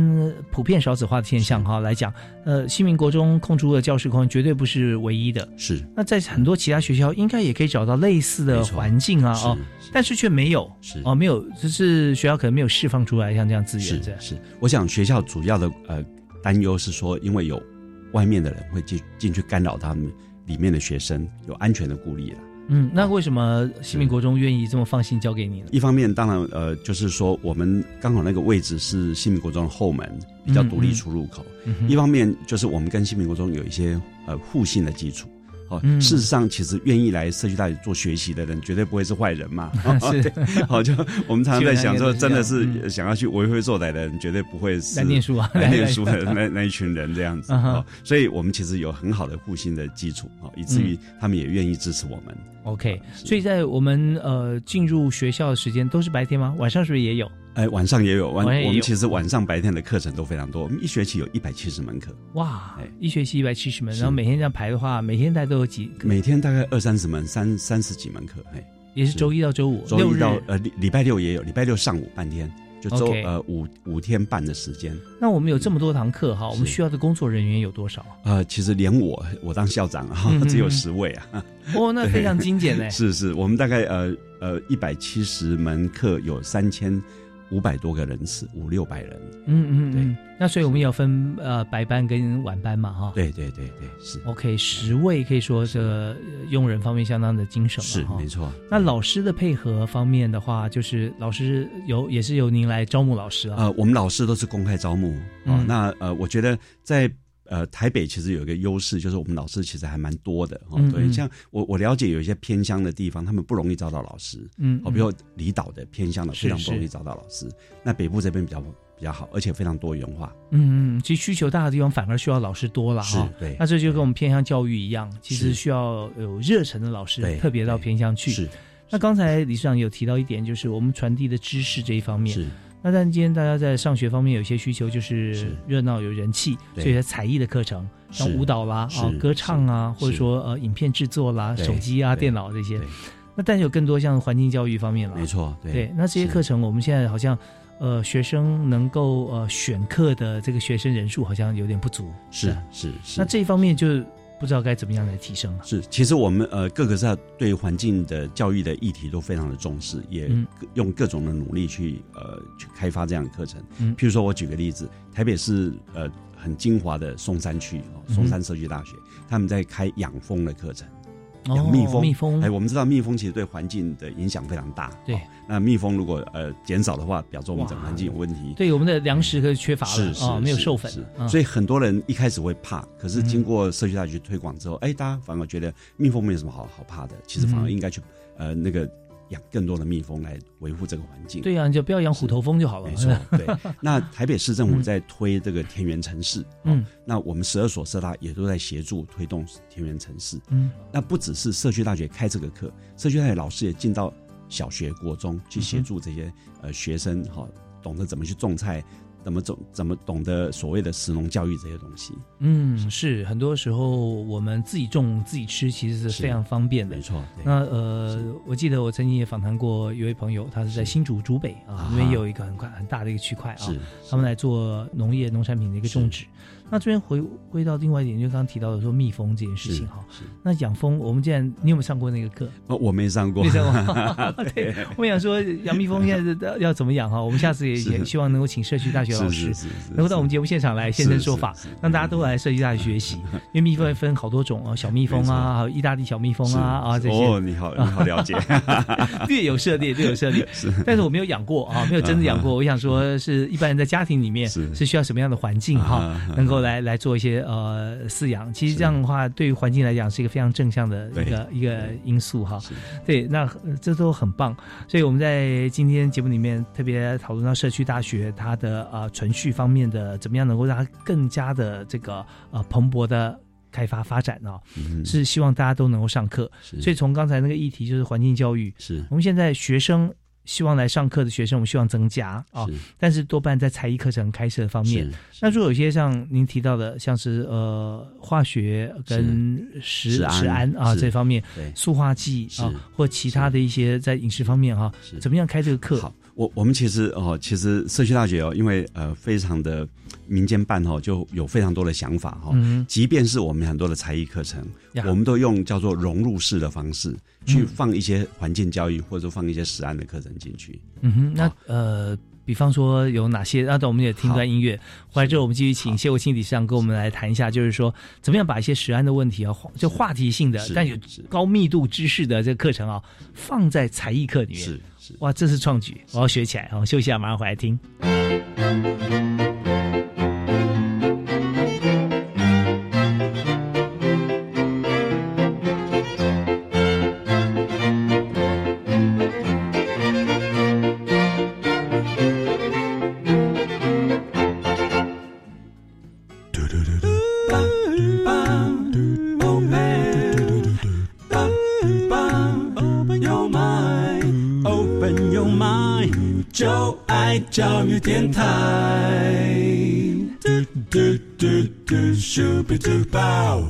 B: 普遍少子化的现象哈来讲，呃，新民国中空出的教室空间绝对不是唯一的。
C: 是
B: 那在很多其他学校应该也可以找到类似的
C: 没错
B: 环境啊，
C: 是
B: 哦，但是却没有
C: 是
B: 哦，没有，就是学校可能没有释放出来像这样资
C: 是
B: 源这样。
C: 是，我想学校主要的呃担忧是说，因为有外面的人会进进去干扰他们里面的学生，有安全的顾虑了。
B: 嗯，那为什么新民国中愿意这么放心交给你呢？
C: 一方面，当然呃，就是说我们刚好那个位置是新民国中的后门，比较独
B: 嗯
C: 立
B: 嗯
C: 出入口。
B: 嗯哼
C: 一方面就是我们跟新民国中有一些呃互信的基础。哦，
B: 嗯
C: 事实上，其实愿意来社区大学做学习的人，绝对不会是坏 人嘛。
B: 是
C: 哦对，好，就我们常常在想说，
B: 基本
C: 真的
B: 上 应该都是这样
C: 是想要去为非作歹的人，绝对不会是
B: 来念书啊
C: 来念书
B: 来
C: 的那 那一群人这样子。
B: 嗯哼
C: 哦，所以我们其实有很好的互信的基础哦，以
B: 嗯
C: 至于他们也愿意支持我们。
B: OK，所以在我们呃进入学校的时间都是白天吗？晚上是不是也有？
C: 哎，晚上也有，晚
B: 晚上也有
C: 我们其实晚上白天的课程都非常多，我们一学期有一百七十门课，
B: 哇，一学期一百七十门，
C: 哎是
B: 然后每天这样排的话，每天大概都有几，
C: 每天大概二三十门，三三十几门课，哎。
B: 也是周一到周五，
C: 周
B: 六
C: 一
B: 日
C: 到呃礼礼拜六也有，礼拜六上午半天，就周
B: OK
C: 呃五五天半的时间。
B: 那我们有这么多堂课哈，我们需要的工作人员有多 少啊？
C: 呃，其实连我我当校长啊
B: 嗯哼，
C: 只有十位 啊。。
B: 哦，那非常精简呢
C: 是是，我们大概呃呃一百七十门课有三千五百多个人次，五六百人。
B: 嗯嗯嗯。那所以我们要分呃白班跟晚班嘛哈。
C: 对对对对，是
B: OK，十位可以说这个呃用人方面相当的精省
C: 是
B: 了哈。
C: 没错。
B: 那老师的配合方面的话，就是老师由也是由您来招募老师啊。
C: 呃，我们老师都是公开招募哦。
B: 嗯
C: 那呃，我觉得在呃台北其实有一个优势，就是我们老师其实还蛮多的哦。
B: 嗯
C: 对，
B: 嗯
C: 像我我了解有一些偏乡的地方，他们不容易找到老师，哦
B: 嗯
C: 好，比如离岛的偏乡的
B: 是
C: 非常不容易
B: 是
C: 找到老师。那北部这边比较比较好，而且非常多元化。
B: 嗯嗯，其实需求大的地方反而需要老师多了哈
C: 是。对
B: 那这就跟我们偏向教育一样，其实
C: 是
B: 需要有热忱的老师
C: 对，
B: 特别到偏向去。
C: 是
B: 那刚才李市长有提到一点，就是我们传递的知识这一方面。
C: 是。
B: 那但今天大家在上学方面有一些需求，就是热闹有人气，
C: 对
B: 所以在才艺的课程，像
C: 是
B: 舞蹈啦、
C: 是
B: 啊歌唱啊，
C: 是
B: 或者说呃影片制作啦、
C: 对
B: 手机啊、
C: 对
B: 电脑这些。那但有更多像环境教育方面了。啊
C: 没错，对
B: 对，那这些
C: 是
B: 课程我们现在好像，呃，学生能够呃选课的这个学生人数好像有点不足。
C: 是
B: 吧
C: 是是。
B: 那这一方面就不知道该怎么样来提升了。
C: 是，其实我们呃各个在对环境的教育的议题都非常的重视，也
B: 嗯
C: 各用各种的努力去呃去开发这样的课程。
B: 嗯
C: 譬如说我举个例子，台北市呃很精华的松山区
B: 嗯
C: 哦，松山社区大学，他们在开养蜂的课程。
B: 哦
C: 养蜜蜂，
B: 蜜蜂
C: 哎，我们知道蜜蜂其实对环境的影响非常大。
B: 对啊
C: 哦那蜜蜂如果呃减少的话，表示我们整个环境有问题。
B: 对，我们的粮食可是缺乏
C: 是
B: 了
C: 是
B: 啊，没有
C: 是
B: 授粉嗯
C: 是，
B: 啊
C: 所以很多人一开始会怕，可是经过社区大学推广之后，哎，大家反而觉得蜜蜂没有什么好好怕的，其实反而
B: 嗯
C: 应该去呃那个养更多的蜜蜂来维护这个环境。
B: 对啊呀，你就不要养虎头蜂就好了。
C: 没错，对。那台北市政府在推这个田园城市，
B: 嗯
C: 那我们十二所社大也都在协助推动田园城市。
B: 嗯
C: 那不只是社区大学开这个课，社区大学老师也进到小学、国中去协助这些、呃学生，哈、懂得怎么去种菜，怎么种，怎么懂得所谓的食农教育这些东西。
B: 嗯，是很多时候我们自己种自己吃，其实是非常方便的。
C: 没错，对
B: 那呃，我记得我曾经也访谈过一位朋友，他是在新竹竹北啊
C: 啊，
B: 因为有一个很快很大的一个区块啊
C: 是，
B: 他们来做农业农产品的一个种植。那这边回归到另外一点，就刚刚提到的说蜜蜂这件事情哈，那养蜂，我们既然你有没有上过那个课？
C: 呃我没上过，
B: 没上 过 对，我想说养蜜蜂现在要怎么养哈？我们下次也
C: 是
B: 也希望能够请社区大学老
C: 是
B: 师
C: 是是是
B: 能够到我们节目现场来现身说法
C: 是是是，
B: 让大家都来社区大学学习。因为蜜蜂也分好多种哦，小蜜 蜂啊，还有意大利小蜜蜂
C: 是
B: 啊啊这些。
C: 哦，你好，你好了解，
B: 略有涉猎，略有涉 猎，但是我没有养过啊，没有真的养过。我想说，是一般人在家庭里面
C: 是
B: 是需要什么样的环境 哈
C: 啊啊啊，
B: 能够来来做一些呃饲养。其实这样的话，对于环境来讲是一个非常正向的一个一个因素哈。对，那呃这都很棒。所以我们在今天节目里面特别讨论到社区大学它的呃存续方面的怎么样能够让它更加的这个呃蓬勃的开发发展啊、
C: 嗯
B: 是希望大家都能够上课。
C: 是
B: 所以从刚才那个议题就是环境教育，
C: 是
B: 我们现在学生希望来上课的学生，我们希望增加啊、
C: 是
B: 但是多半在才艺课程开设方面
C: 是。
B: 那如果有些像您提到的，像是呃化学跟食
C: 食安
B: 食安啊
C: 是
B: 这方面
C: 对，
B: 塑化剂啊
C: 是
B: 或其他的一些在饮食方面哈、怎么样开这个课？
C: 好，我我们其实哦，其实社区大学哦，因为呃非常的民间办哦，就有非常多的想法哈、哦。
B: 嗯
C: 即便是我们很多的才艺课程
B: 呀，
C: 我们都用叫做融入式的方式去
B: 嗯
C: 放一些环境教育或者说放一些实案的课程进去。
B: 嗯哼，那呃，比方说有哪些？那等我们也听段音乐，回来之后我们继续请谢国清理事长跟我们来谈一下，就是说怎么样把一些食安的问题啊，话就话题性的
C: 是
B: 但有高密度知识的这个课程啊，放在才艺课里面。
C: 是
B: 哇，这是创举，我要学起来。好，休息一下，马上回来听。
E: 教育电台。嘟嘟嘟嘟，Super Duper。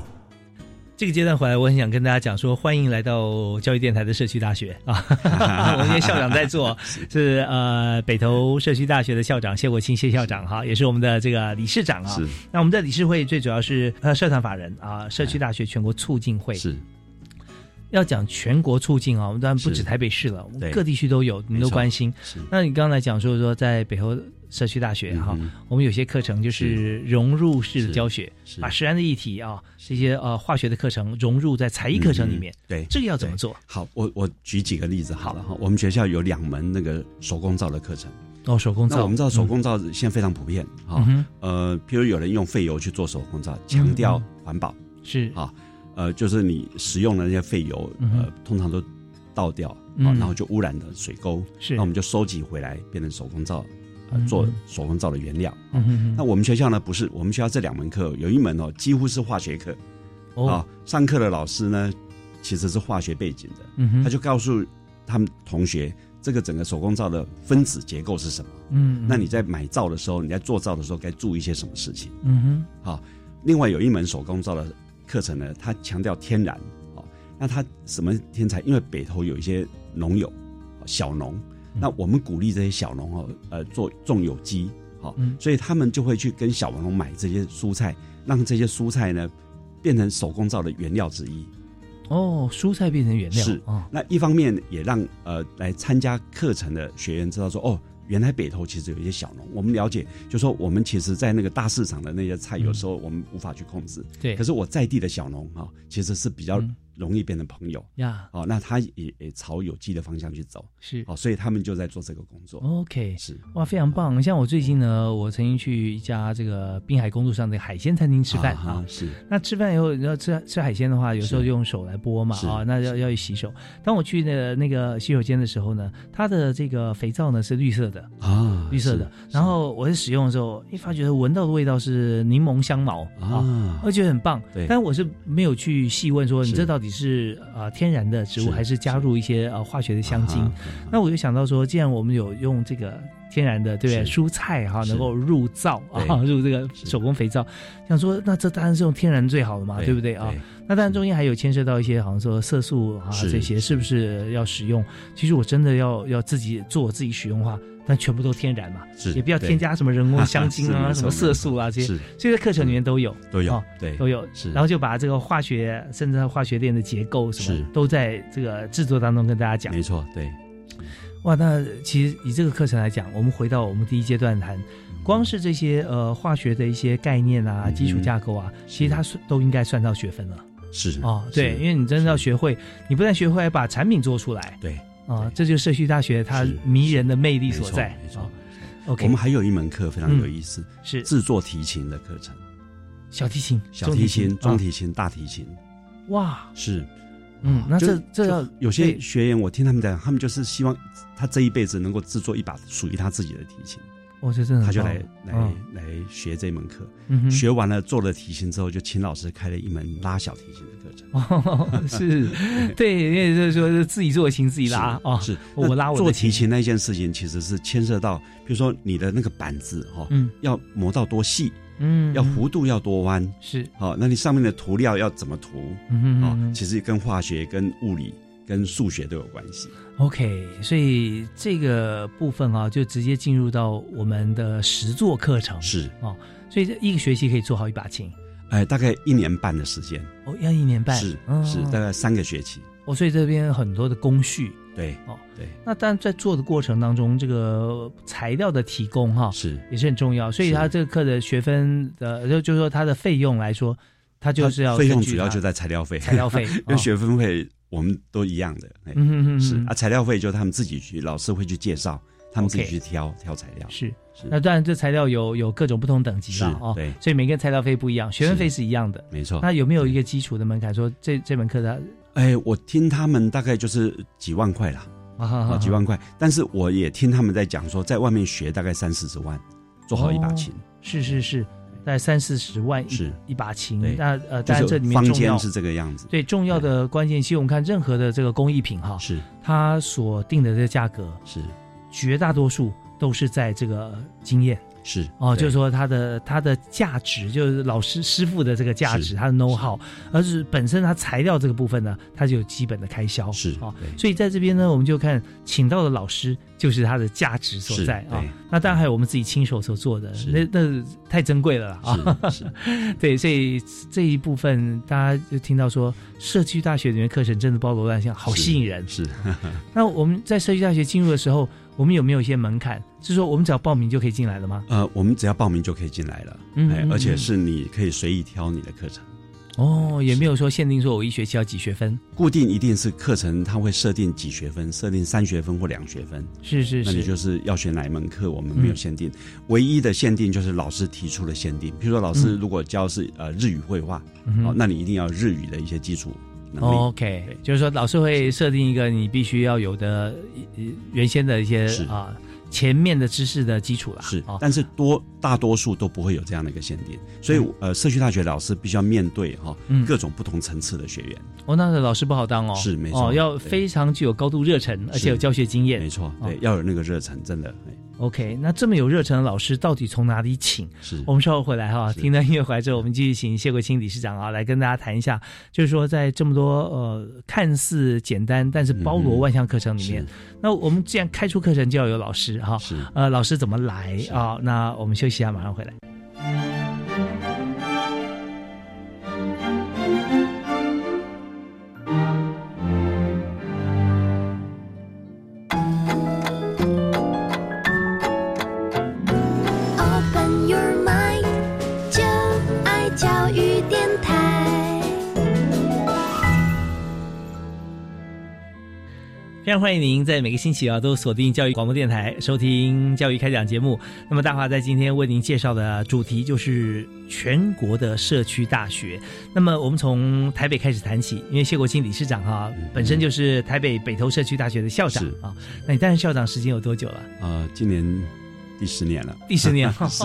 B: 这个阶段回来，我很想跟大家讲说，欢迎来到教育电台的社区大学啊！ 我们今天校长在 做，是呃北投社区大学的校长谢国清谢校长哈，也是我们的这个理事长啊。
C: 是
B: 那我们的理事会最主要是呃社团法人啊，社区大学全国促进会
C: 是。
B: 要讲全国促进啊，我们当然不止
C: 是
B: 台北市了，我们
C: 对
B: 各地区都有，你们
C: 没
B: 都
C: 错
B: 关心。
C: 是
B: 那你刚才讲说说在北投社区大学
C: 嗯
B: 哈、我们有些课程就是融入式的教学，把实然的议题啊这些呃化学的课程融入在才艺课程里面。
C: 嗯对
B: 这个要怎么做？
C: 好，我我举几个例子好了哈。我们学校有两门那个手工皂的课程，
B: 哦，手工
C: 那
B: 皂，
C: 我们知道手工皂现在非常普遍哈、
B: 嗯
C: 呃，譬如有人用废油去做手工皂，强调
B: 嗯
C: 环保、
B: 是
C: 啊，呃，就是你使用的那些废油，
B: 嗯哼
C: 呃，通常都倒掉，
B: 嗯
C: 啊，然后就污染了水沟，
B: 是
C: 那我们就收集回来变成手工皂，呃
B: 嗯，
C: 做手工皂的原料。
B: 嗯哼
C: 那我们学校呢，不是，我们学校这两门课有一门哦，几乎是化学课，
B: 哦
C: 啊，上课的老师呢其实是化学背景的，
B: 嗯哼
C: 他就告诉他们同学这个整个手工皂的分子结构是什么。
B: 嗯
C: 那你在买皂的时候，你在做皂的时候该注意些什么事情？
B: 嗯哼，
C: 好、另外有一门手工皂的课程呢，它强调天然。哦，那它什么天才？因为北投有一些农友，哦小农，那我们鼓励这些小农哦，呃，做种有机，好、
B: 嗯
C: 所以他们就会去跟小农买这些蔬菜，让这些蔬菜呢变成手工皂的原料之一。
B: 哦，蔬菜变成原料
C: 是
B: 哦，
C: 那一方面也让呃来参加课程的学员知道说，哦，原来北投其实有一些小农，我们了解，就说我们其实，在那个大市场的那些菜，有时候我们无法去控制，
B: 对
C: 可是我在地的小农哈、其实是比较
B: 嗯
C: 容易变成朋友。
B: 呀
C: 哦，那他也也朝有机的方向去走，
B: 是
C: 哦，所以他们就在做这个工作。
B: 哦 OK，
C: 是
B: 哇，非常棒！像我最近呢，我曾经去一家这个滨海公路上的海鲜餐厅吃饭
C: 啊
B: 啊
C: 哈。是
B: 那吃饭以后，你要吃吃海鲜的话，有时候
C: 是
B: 用手来剥嘛
C: 是
B: 啊，那要要去洗手。当我去那个那个洗手间的时候呢，它的这个肥皂呢是绿色的，
C: 啊，
B: 绿色的。然后我在使用的时候，一发觉闻到的味道是柠檬香茅
C: 啊
B: 我觉得很棒。
C: 对
B: 但我是没有去细问说你
C: 是
B: 这到底是啊、呃天然的植物
C: 是
B: 还是加入一些呃化学的香精
C: 啊？
B: 那我就想到说，既然我们有用这个天然的对不对
C: 是
B: 蔬菜哈、
C: 是
B: 能够入皂啊，
C: 对
B: 入这个手工肥皂，想说那这当然是用天然最好的嘛，对不对啊？那当然中间还有牵涉到一些好像说色素啊
C: 是
B: 这些是不是要使用？其实我真的要要自己做我自己使用的话，但全部都天然嘛，
C: 是
B: 也不要添加什么人 工香精
C: 是没
B: 啊、
C: 错
B: 什么色素啊这些
C: 是，
B: 所以在课程里面都有
C: 都有
B: 哦
C: 对
B: 都有，
C: 是
B: 然后就把这个化学甚至化学链的结构什
C: 是
B: 么都在这个制作当中跟大家讲。
C: 没错，对，
B: 哇，那其实以这个课程来讲，我们回到我们第一阶段谈，光是这些呃化学的一些概念啊、
C: 嗯嗯哼
B: 基础架构啊，其实它算都应该算到学分了
C: 是
B: 哦。对，
C: 是
B: 因为你真的要学会，你不但学会，还把产品做出来
C: 对，
B: 啊，这就是社区大学它迷人的魅力
C: 没
B: 所
C: 错，
B: 在。
C: 没错
B: 哦。OK，嗯
C: 我们还有一门课非常有意思，
B: 是
C: 制作提琴的课程，
B: 小提琴、
C: 小提琴、中
B: 啊
C: 提琴、大提琴
B: 哇，
C: 是。
B: 嗯，那
C: 啊就
B: 这这
C: 就
B: 要
C: 有些
B: 对
C: 学员，我听他们讲，他们就是希望他这一辈子能够制作一把属于他自己的提琴，
B: 哦，这真的很
C: 他就
B: 棒
C: 来来、
B: 嗯
C: 来学这门课。
B: 嗯哼
C: 学完了做了提琴之后，就请老师开了一门拉小提琴的课程。
B: 哦， 是对，因为就是说是自己做琴自己拉
C: 是
B: 哦，
C: 是
B: 我
C: 那
B: 我拉我的
C: 做
B: 琴
C: 提琴那件事情，其实是牵涉到，比如说你的那个板子哈，哦
B: 嗯
C: 要磨到多细，
B: 嗯
C: 要弧度要多弯，
B: 是
C: 好、那你上面的涂料要怎么涂？
B: 嗯哼嗯
C: 哦
B: 哼
C: 其实跟化学、跟物理、跟数学都有关系。
B: 嗯 OK，所以这个部分啊，就直接进入到我们的实作课程。
C: 是，
B: 哦，所以这一个学期可以做好一把琴。
C: 哎，大概一年半的时间，
B: 哦，要一年半。
C: 是
B: 嗯
C: 是，大概三个学期。
B: 哦，所以这边有很多的工序。
C: 对，
B: 哦，
C: 对，
B: 那但在做的过程当中，这个材料的提供哈、
C: 是
B: 也是很重要。所以
C: 是
B: 他这个课的学分的，呃就就是说他的费用来说，他就是要
C: 啊费用
B: 根据
C: 主要
B: 它
C: 就在材料费，
B: 材料 费
C: 跟
B: 哦
C: 学分费我们都一样的。哎
B: 嗯哼哼哼
C: 是啊，材料费就他们自己去，老师会去介绍，他们自己
B: OK
C: 去挑挑材料。
B: 是
C: 是，
B: 那当然，这材料有有各种不同等级啦
C: 是，
B: 哦，
C: 对
B: 所以每个人材料费不一样，学分费是一样的，
C: 没错
B: 那有没有一个基础的门槛，说这这门课的
C: 哎，我听他们大概就是几万块啦，
B: 啊哈
C: 啊
B: 哈
C: 几万块，但是我也听他们在讲说，在外面学大概三四十万，做好一把琴。
B: 哦是是是，大概三四十万一
C: 是
B: 一把琴
C: 对，
B: 那呃，
C: 就
B: 当
C: 是
B: 然这里面
C: 坊
B: 重要
C: 间是这个样子。
B: 对重要的关键，其实我们看任哦何的这个工艺品哈，
C: 是
B: 它所定的这个价格，
C: 是
B: 绝大多数都是在这个经验。
C: 是
B: 哦，
C: 对
B: 就是说它的它的价值，就是老师师傅的这个价值，它的 know how，而是本身它材料这个部分呢，它就有基本的开销是哦，所以在这边呢，我们就看请到的老师就是它的价值所
C: 是
B: 在啊、
C: 对
B: 那当然还有我们自己亲手所做的，那那太珍贵了啦啊。 对，所以这一部分大家就听到说，社区大学里面课程真的包罗万象，好吸引人。
C: 是，
B: 那我们在社区大学进入的时候，我们有没有一些门槛？就是说我们只要报名就可以进来了吗？
C: 呃，我们只要报名就可以进来了，
B: 嗯
C: 哎
B: 嗯，
C: 而且
B: 嗯
C: 是你可以随意挑你的课程，
B: 哦，也没有说限定说我一学期要几学分。
C: 固定一定是课程，它会设定几学分，设定三学分或两学分，
B: 是是
C: 那你
B: 是
C: 就是要选哪一门课，我们没有
B: 嗯
C: 限定，唯一的限定就是老师提出的限定，比如说老师
B: 嗯
C: 如果教是、呃日语绘画，
B: 嗯哼
C: 哦，那你一定要有日语的一些基础能力。
B: OK，就是说老师会设定一个你必须要有的呃原先的一些啊前面的知识的基础啦。
C: 是
B: 哦，
C: 但是多大多数都不会有这样的一个限定，所以、
B: 嗯
C: 呃，社区大学老师必须要面对哈、
B: 嗯
C: 各种不同层次的学员，
B: 哦，那老师不好当哦，
C: 是没错
B: 哦，要非常具有高度热忱，而且有教学经验。
C: 没错，对，
B: 哦
C: 要有那个热忱，真的，哎
B: OK，那这么有热忱的老师到底从哪里请？
C: 是
B: 我们稍后回来哈，听到音乐回来之后，我们继续请谢国清理事长啊来跟大家谈一下，就是说在这么多呃看似简单，但是包
C: 嗯
B: 罗万象课程里面，那我们既然开出课程，就要有老师哈，呃，老师怎么来啊？那我们休息一下，马上回来。
N: Open your mind，就爱教育电台。
B: 非常欢迎您在每个星期啊都锁定教育广播电台收听教育开讲节目。那么大华在今天为您介绍的主题就是全国的社区大学。那么我们从台北开始谈起，因为谢国清理事长哈、啊、本身就是台北北投社区大学的校长
C: 嗯是
B: 啊。那你担任校长时间有多久了？
C: 呃，今年第十年了，
B: 第十年
C: 是，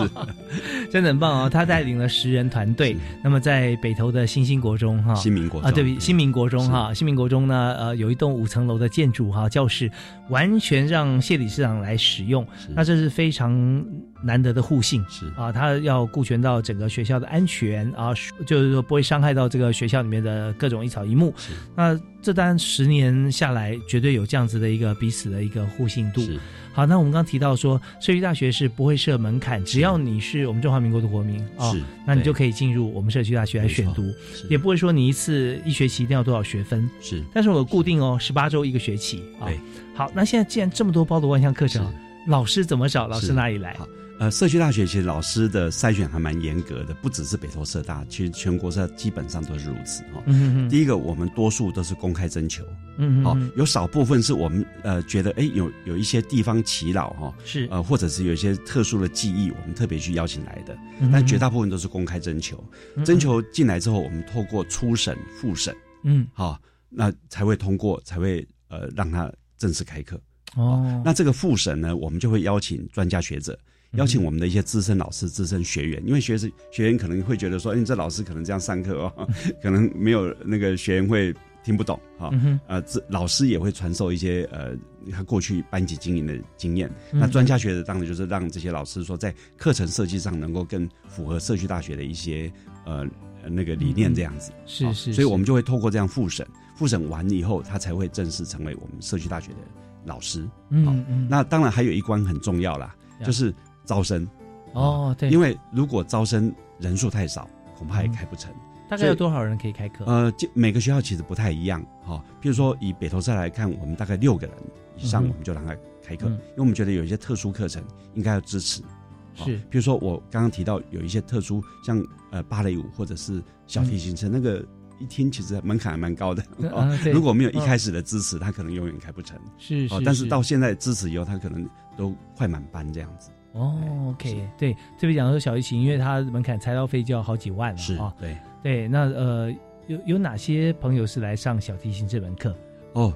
B: 真的很棒哦！他带领了十人团队，那么在北投的新兴国中哈，
C: 新民国中
B: 啊，对不起，新民国中哈，新民国中呢，呃，有一栋五层楼的建筑哈，教室完全让谢理事长来使用，那这是非常难得的互信，
C: 是
B: 啊，他要顾全到整个学校的安全啊，就是说不会伤害到这个学校里面的各种一草一木。那这当然十年下来，绝对有这样子的一个彼此的一个互信度。好，那我们刚提到说，社区大学是不会设门槛，只要你是我们中华民国的国民啊、
C: 是
B: 那你
C: 对
B: 就可以进入我们社区大学来选读，也不会说你一次一学期一定要多少学分。
C: 是，
B: 但是我固定哦，十八周一个学期啊、好，那现在既然这么多包罗万象课程啊，老师怎么找？老师
C: 是
B: 哪里来？
C: 呃，社区大学其实老师的筛选还蛮严格的，不只是北投社大，其实全国社基本上都是如此哈、
B: 嗯哼哼
C: 第一个，我们多数都是公开征求，
B: 嗯
C: 好、
B: 嗯
C: 有少部分是我们呃觉得哎有有一些地方祈老哈、
B: 是
C: 呃或者是有一些特殊的技艺，我们特别去邀请来的
B: 嗯哼，
C: 但绝大部分都是公开征求
B: 嗯，
C: 征求进来之后，我们透过初审、复审，
B: 嗯
C: 好、那才会通过，才会呃让他正式开课。
B: 哦，
C: 那这个复审呢，我们就会邀请专家学者，
B: 嗯
C: 邀请我们的一些资深老师、资深学员，因为学生学员可能会觉得说，哎，你这老师可能这样上课哦， 可能没有那个学员会听不懂哈。
B: 嗯哼
C: 呃，这老师也会传授一些呃他过去班级经营的经验。
B: 嗯
C: 那专家学者当然就是让这些老师说，在课程设计上能够更符合社区大学的一些呃呃那个理
B: 嗯
C: 念这样子。
B: 是
C: 好
B: 是
C: 所以我
B: 是
C: 们就会透过这样复审，复审完以后，他才会正式成为我们社区大学的老师。好
B: 嗯嗯，
C: 那当然还有一关很重要啦，
B: 呀
C: 就是招生。
B: 哦对嗯
C: 因为如果招生人数太少，恐怕也开不成。
B: 大概
C: 所以
B: 有多少人可以开课？
C: 呃，这每个学校其实不太一样哈、比如说以北投社来看，我们大概六个人以上，
B: 嗯哼
C: 我们就让他开课，
B: 嗯
C: 因为我们觉得有一些特殊课程应该要支持。哦
B: 是
C: 比如说我刚刚提到有一些特殊，像呃芭蕾舞或者是小提琴是那个一听其实门槛还蛮高的、
B: 嗯
C: 哦
B: 啊对
C: 如果没有一开始的支持，他可能永远开不成。
B: 是
C: 哦
B: 是
C: 但是
B: 是
C: 到现在支持以后，他可能都快满班这样子。
B: 哦，OK，对，特别讲说小提琴，因为它门槛材料费就要好几万了啊。
C: 对
B: 对，那呃，有有哪些朋友是来上小提琴这门课？
C: 哦，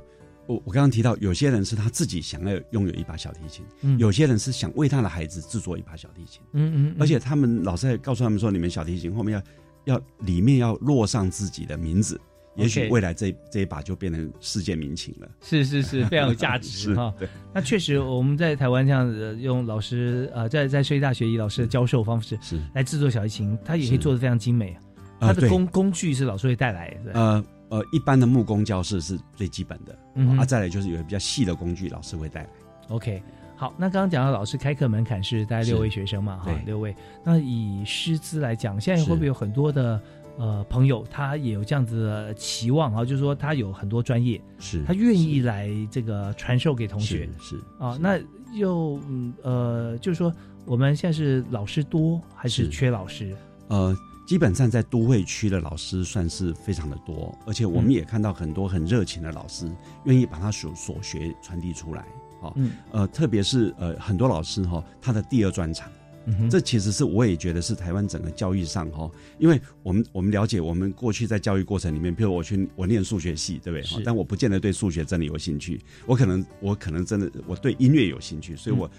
C: 我我刚刚提到，有些人是他自己想要拥有一把小提琴，
B: 嗯
C: 有些人是想为他的孩子制作一把小提琴，
B: 嗯嗯嗯
C: 而且他们老师还告诉他们说，你们小提琴后面要要里面要落上自己的名字，也许未来这这一把就变成世界民情了。
B: 是是是，非常有价值
C: 是
B: 哈。
C: 对，
B: 那确实，我们在台湾这样子用老师呃，在在社区大学以老师的教授方式
C: 是
B: 来制作小提琴，它也可以做的非常精美。啊
C: 呃
B: 嗯它的
C: 对
B: 工工具是老师会带来的，
C: 呃呃，一般的木工教室是最基本的，
B: 嗯哼
C: 啊，再来就是有比较细的工具，老师会带来。
B: OK，好，那刚刚讲到老师开课门槛是大概
C: 是
B: 六位学生嘛，哈
C: 对，
B: 六位。那以师资来讲，现在会不会有很多的呃朋友，他也有这样子的期望啊？就是说他有很多专业，
C: 是
B: 他愿意来这个传授给同学
C: 是是
B: 啊。那又嗯呃，就是说我们现在是老师多还是
C: 是
B: 缺老师？
C: 呃，基本上在都会区的老师算是非常的多，而且我们
B: 嗯
C: 也看到很多很热情的老师，愿意把他所所学传递出来。哦，
B: 嗯
C: 呃，特别是呃很多老师哈、哦，他的第二专长。
B: 嗯哼
C: 这其实是我也觉得是台湾整个教育上哈、哦，因为我们我们了解我们过去在教育过程里面，譬如我去我念数学系，对不对？
B: 是
C: 但我不见得对数学真的有兴趣，我可能我可能真的我对音乐有兴趣，所以我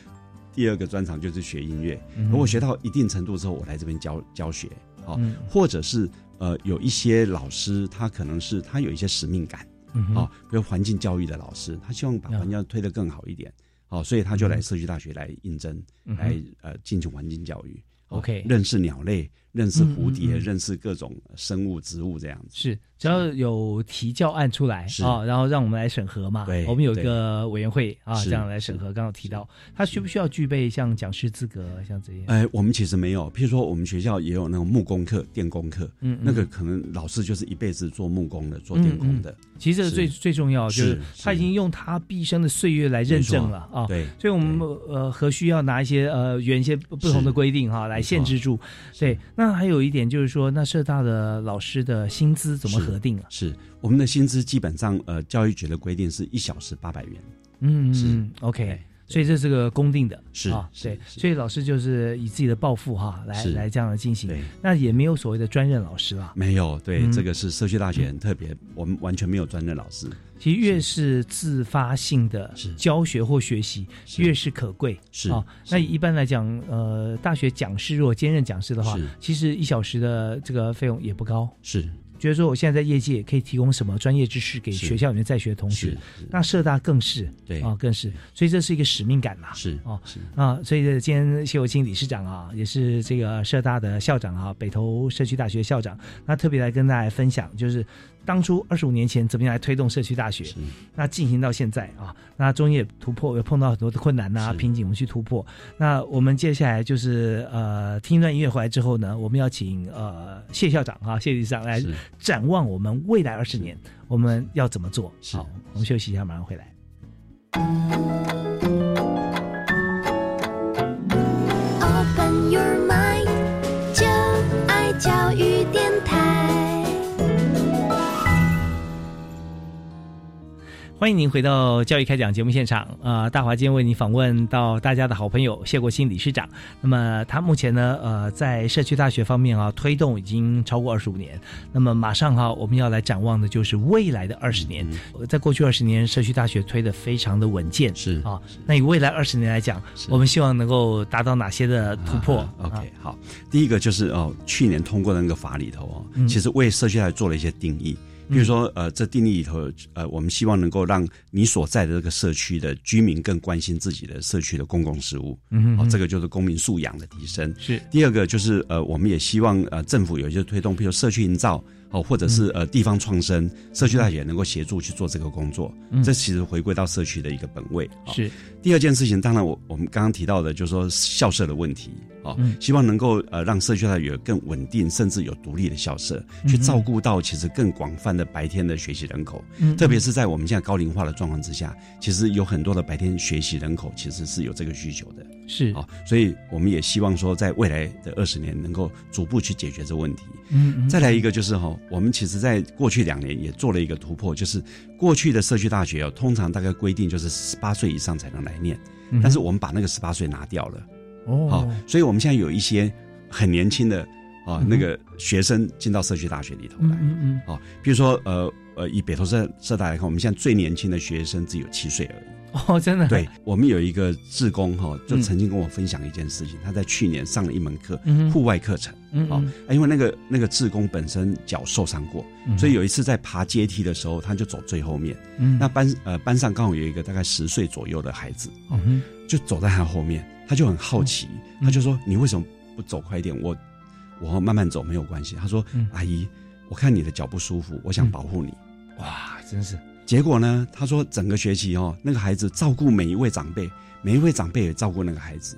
C: 第二个专长就是学音乐。
B: 嗯哼
C: 如果学到一定程度之后，我来这边教教学，好、
B: 嗯
C: 或者是呃有一些老师他可能是他有一些使命感，
B: 嗯哼
C: 好、比如环境教育的老师，他希望把环境教育推得更好一点，好、所以他就来社区大学来应征，
B: 嗯嗯哼
C: 来呃进行环境教育。好
B: OK
C: 认识鸟类，认识蝴蝶，
B: 嗯嗯嗯嗯
C: 认识各种生物、植物这样子。
B: 是，只要有提教案出来
C: 是
B: 啊、然后让我们来审核嘛。
C: 对
B: 我们有一
C: 对
B: 个委员会啊，
C: 是
B: 这样来审核。刚刚有提到，他需不需要具备像讲师资格，像这些？
C: 哎，我们其实没有，譬如说我们学校也有那种木工课、电工课，
B: 嗯嗯
C: 那个可能老师就是一辈子做木工的、做电工的。
B: 嗯嗯其实这个
C: 是
B: 最最重要的就是
C: 是
B: 他已经用他毕生的岁月来认证了
C: 没错
B: 啊。
C: 对
B: 所以我们呃何须要拿一些呃原一些不同的规定哈、来限制住？对，那还有一点就是说，那社大的老师的薪资怎么
C: 是
B: 核定啊？
C: 是我们的薪资基本上，呃，教育局的规定是一小时八百元。
B: 嗯
C: 是哎
B: 嗯，OK。所以这是个公定的，
C: 是
B: 啊，
C: 是
B: 对，所以老师就是以自己的抱负哈来
C: 是
B: 来这样的进行
C: 对，
B: 那也没有所谓的专任老师啦。
C: 没有，对，
B: 嗯
C: 这个是社区大学很特别，我们完全没有专任老师。
B: 其实越是自发性的教学或学习，越是可贵。
C: 是
B: 啊，那一般来讲，呃，大学讲师如果兼任讲师的话
C: 是，
B: 其实一小时的这个费用也不高。
C: 是
B: 觉得说我现在在业界可以提供什么专业知识给
C: 是
B: 学校里面在学的同学
C: 是，
B: 那社大更是
C: 对
B: 啊，更是，所以这是一个使命感啦。
C: 是
B: 哦
C: 是
B: 啊，所以今天谢有清理事长啊，也是这个社大的校长啊，北投社区大学校长，那特别来跟大家分享，就是当初二十五年前怎么样来推动社区大学，那进行到现在啊，那中间也突破，也碰到很多的困难呐、瓶颈，我们去突破。那我们接下来就是呃，听一段音乐回来之后呢，我们要请呃谢校长啊，谢理事长来展望我们未来二十年，我们要怎么做？好，我们休息一下，马上回来。
N: Open your mind，就爱教育电台。
B: 欢迎您回到教育开讲节目现场。呃，大华今天为您访问到大家的好朋友谢国新理事长。那么他目前呢，呃，在社区大学方面啊，推动已经超过二十五年。那么马上哈、我们要来展望的就是未来的二十年。呃在过去二十年，社区大学推的非常的稳健，
C: 是
B: 啊。那以未来二十年来讲，我们希望能够达到哪些的突破？
C: 啊
B: 啊
C: OK，好，第一个就是哦，去年通过的那个法里头哦，
B: 嗯
C: 其实为社区还做了一些定义，比如说呃，这定义里头呃，我们希望能够让你所在的这个社区的居民更关心自己的社区的公共事务，
B: 嗯哼
C: 哦
B: 哼，
C: 这个就是公民素养的提升。
B: 是
C: 第二个就是呃，我们也希望呃政府有一些推动，譬如社区营造。哦，或者是
B: 嗯
C: 呃地方创生，社区大学能够协助去做这个工作，
B: 嗯
C: 这其实回归到社区的一个本位。哦
B: 是
C: 第二件事情，当然我我们刚刚提到的，就是说校舍的问题，哦，
B: 嗯
C: 希望能够呃让社区大学有更稳定，甚至有独立的校舍，
B: 嗯哼
C: 去照顾到其实更广泛的白天的学习人口，
B: 嗯
C: 特别是在我们现在高龄化的状况之下，其实有很多的白天学习人口其实是有这个需求的，
B: 是
C: 哦，所以我们也希望说，在未来的二十年能够逐步去解决这个问题。
B: 嗯嗯
C: 再来一个就是哈、我们其实在过去两年也做了一个突破，就是过去的社区大学哦，通常大概规定就是十八岁以上才能来念，
B: 嗯哼
C: 但是我们把那个十八岁拿掉了，
B: 哦
C: 好、所以我们现在有一些很年轻的
B: 嗯
C: 啊、
B: 哼
C: 那个学生进到社区大学里头来，
B: 嗯嗯
C: 哦，比如说呃呃，以北投社社大来看，我们现在最年轻的学生只有七岁而已。
B: 哦，真 的
C: 对，我们有一个志工哈、就
B: 嗯
C: 曾经跟我分享一件事情，他在去年上了一门课
B: 嗯哼，
C: 户外课程。
B: 嗯
C: 哦，因为那个那个志工本身脚受伤过，
B: 嗯
C: 所以有一次在爬阶梯的时候，他就走最后面。
B: 嗯
C: 那班呃班上刚好有一个大概十岁左右的孩子，哦，
B: 嗯
C: 就走在他后面，他就很好奇，他就说：“你为什么不走快一点？我我慢慢走没有关系。”他说：“
B: 嗯
C: 阿姨，我看你的脚不舒服，我想保护你。
B: 哇，
C: 啊
B: 真是，
C: 结果呢，他说整个学期哦，那个孩子照顾每一位长辈，每一位长辈也照顾那个孩子。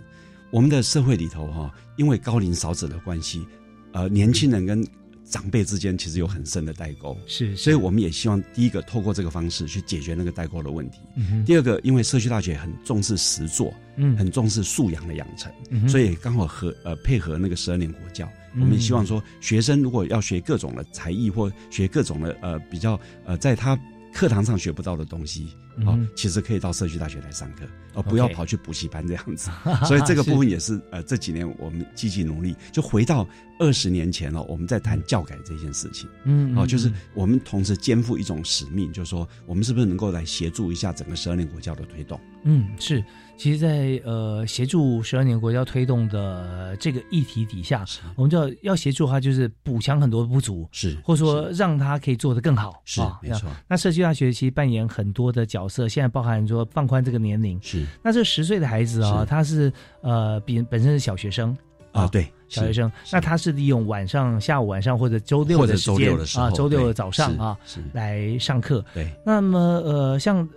C: 我们的社会里头哈、哦，因为高龄少子的关系，呃，年轻人跟长辈之间其实有很深的代沟，
B: 是，
C: 所以我们也希望第一个透过这个方式去解决那个代沟的问题。
B: 嗯哼
C: 第二个，因为社区大学很重视实作，
B: 嗯
C: 很重视素养的养成，
B: 嗯哼
C: 所以刚好和呃配合那个十二年国教，
B: 嗯
C: 我们希望说学生如果要学各种的才艺或学各种的呃比较呃在他课堂上学不到的东西，
B: 嗯
C: 哦
B: 哼，
C: 其实可以到社区大学来上课，而
B: OK
C: 不要跑去补习班这样子。所以这 个部分也是呃这几年我们积极努力，就回到二十年前哦，我们在谈教改这件事情。
B: 嗯
C: 哦，
B: 嗯
C: 就是
B: 嗯
C: 我们同时肩负一种使命，就是说我们是不是能够来协助一下整个十二年国教的推动？
B: 嗯，是。其实在，呃协助十二年国家推动的这个议题底下，我们就要要协助它，就是补强很多不足，
C: 是
B: 或者说让它可以做得更好。
C: 是
B: 啊
C: 没错
B: 那社区大学其实扮演很多的角色，现在包含说放宽这个年龄。
C: 是
B: 那这十岁的孩子啊、
C: 是
B: 他是呃，比本身是小学生。
C: 啊，对，
B: 小学
C: 是
B: 生，那他是利用晚上、下午晚上或者周六
C: 或者
B: 的时
C: 周
B: 间
C: 六的时候
B: 啊，周六的
C: 对
B: 早上
C: 是
B: 啊
C: 是
B: 来上课。
C: 对，
B: 那么呃，像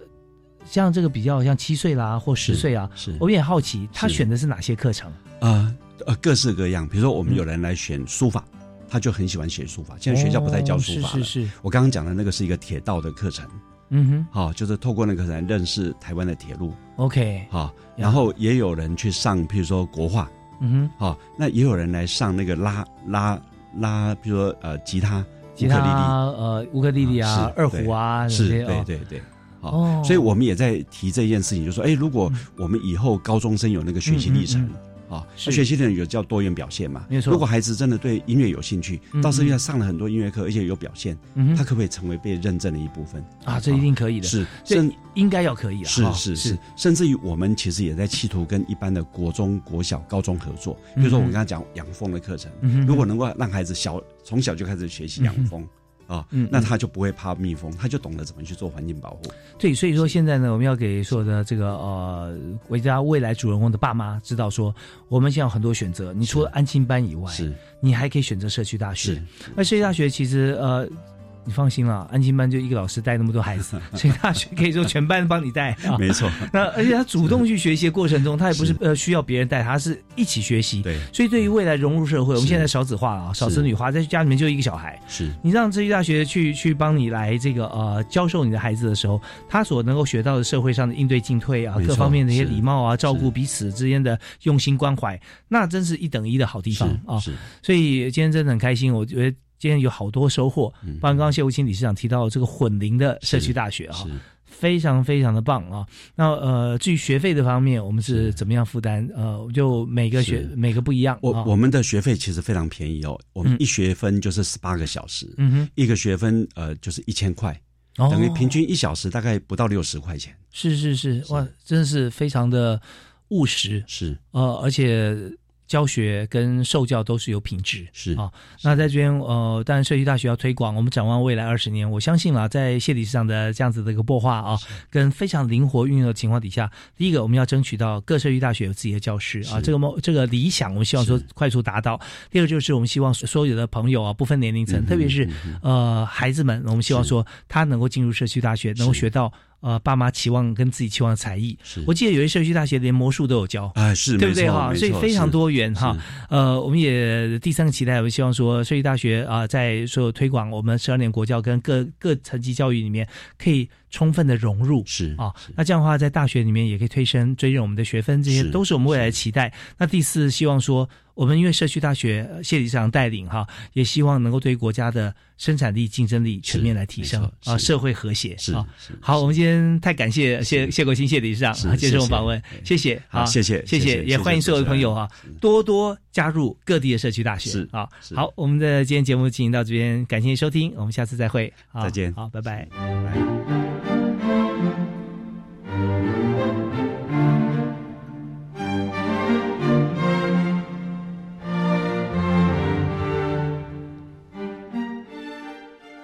B: 像这个比较像七岁啦或十岁啊，
C: 是
B: 我们也好奇他
C: 是
B: 选的是哪些课程？
C: 呃呃各式各样，比如说我们
B: 嗯
C: 有人来选书法，他就很喜欢写书法。现在学校不太教
B: 哦
C: 书法了，
B: 是是是，
C: 我刚刚讲的那个是一个铁道的课程，
B: 嗯哼
C: 好、就是透过那个课程认识台湾的铁路，
B: ，OK，
C: 好、然后也有人去上，譬如说国画，
B: 嗯
C: 好、那也有人来上那个拉拉拉，比如说呃吉他、
B: 吉
C: 乌克丽丽
B: 他呃乌克丽丽啊
C: 是，
B: 二胡啊，
C: 是，
B: 这些
C: 对
B: 哦
C: 对对。好、
B: 哦
C: 所以我们也在提这件事情，就说，哎，如果我们以后高中生有那个学习历程。
B: 嗯嗯
C: 啊，
B: 是
C: 学习历程有叫多元表现嘛？
B: 没有错
C: 如果孩子真的对音乐有兴趣，
B: 嗯
C: 到社区上上了很多音乐课，而且有表现，
B: 嗯哼
C: 他可不可以成为被认证的一部分？
B: 啊，这一定可以的，
C: 是
B: 这
C: 甚
B: 应该要可以了，
C: 是
B: 啊哈
C: 是
B: 是
C: 是，，甚至于我们其实也在企图跟一般的国中、国小、高中合作。比如说我
B: 嗯哼
C: 刚刚讲养蜂的课程
B: 嗯哼，
C: 如果能够让孩子小从小就开始学习养蜂啊
B: 嗯，
C: 那
B: 嗯
C: 他就不会怕蜜蜂，他就懂得怎么去做环境保护。
B: 对，所以说现在呢，我们要给所有的这个呃，国家未来主人公的爸妈知道说，我们现在有很多选择，你除了安亲班以外，
C: 是
B: 你还可以选择社区大学
C: 是。
B: 那社区大学其实呃。你放心啦，安亲班就一个老师带那么多孩 子，所以大学可以说全班帮你带。啊
C: 没 错，
B: 那而且他主动去学习的过程中，他也不是呃需要别人带，他是一起学习。
C: 对
B: 所以对于未来融入社会，我们
C: 是
B: 现在少子化啊，少子女化，在家里面就一个小孩，
C: 是
B: 你让这些大学去去帮你来这个呃教授你的孩子的时候，他所能够学到的社会上的应对进退啊，
C: 没
B: 各
C: 错
B: 方面的一些
C: 是
B: 礼貌啊，照顾彼此之间的用心关怀，那真是一等一的好地方啊。
C: 是
B: 所以今天真的很开心，我觉得今天有好多收获。
C: 嗯
B: 包括刚刚谢无清理事长提到这个混龄的社区大学啊，
C: 是
B: 非常非常的棒啊！那呃，至于学费的方面，我们是怎么样负担？呃，就每个学
C: 是
B: 每个不一样。
C: 我
B: 啊
C: 我们的学费其实非常便宜哦，我们
B: 嗯
C: 一学分就是十八个小时，
B: 嗯哼
C: 一个学分呃就是一千块，
B: 哦
C: 等于平均一小时大概不到六十块钱。
B: 是是是，哇，真的是非常的务实，
C: 是
B: 呃，而且教学跟受教都是有品质，
C: 是
B: 啊。那在这边，呃，当然社区大学要推广，我们展望未来二十年，我相信啊，在谢理事长的这样子的一个擘画啊，跟非常灵活运用的情况底下，第一个我们要争取到各社区大学有自己的教师啊，
C: 是
B: 这个梦这个理想，我们希望说
C: 是
B: 快速达到。第二个就是我们希望所有的朋友啊，不分年龄层，
C: 嗯哼
B: 特别是
C: 嗯哼
B: 呃孩子们，我们希望
C: 是
B: 说他能够进入社区大学，能够学到。呃，爸妈期望跟自己期望的才艺，
C: 是
B: 我记得有些社区大学连魔术都有教，
C: 哎是
B: 对不
C: 没
B: 对
C: 错
B: 哈？
C: 没
B: 所以
C: 错
B: 非常
C: 是
B: 多元哈。呃，我们也第三个期待，我们希望说社区大学啊、在所有推广我们十二年国教跟各各层级教育里面，可以充分的融入
C: 是
B: 啊。那这样的话，在大学里面也可以推升追认我们的学分，这些
C: 是
B: 都是我们未来的期待。那第四，希望说我们因为社区大学呃谢理事长带领哈，也希望能够对国家的生产力、竞争力全面来提升
C: 没错
B: 啊，
C: 是
B: 社会和谐
C: 是
B: 啊
C: 是。
B: 好，我们今天太感谢谢
C: 是
B: 谢国新谢理事长
C: 是
B: 啊接受我们
C: 谢谢
B: 访问，谢谢
C: 好
B: 啊
C: 谢谢
B: 谢
C: 谢
B: 谢，
C: 谢
B: 也欢迎所有的朋友啊多多加入各地的社区大学
C: 是
B: 啊。
C: 是
B: 好，我们的今天节目进行到这边，感谢收听，我们下次再会，啊
C: 再见
B: 好，拜拜。
C: 来。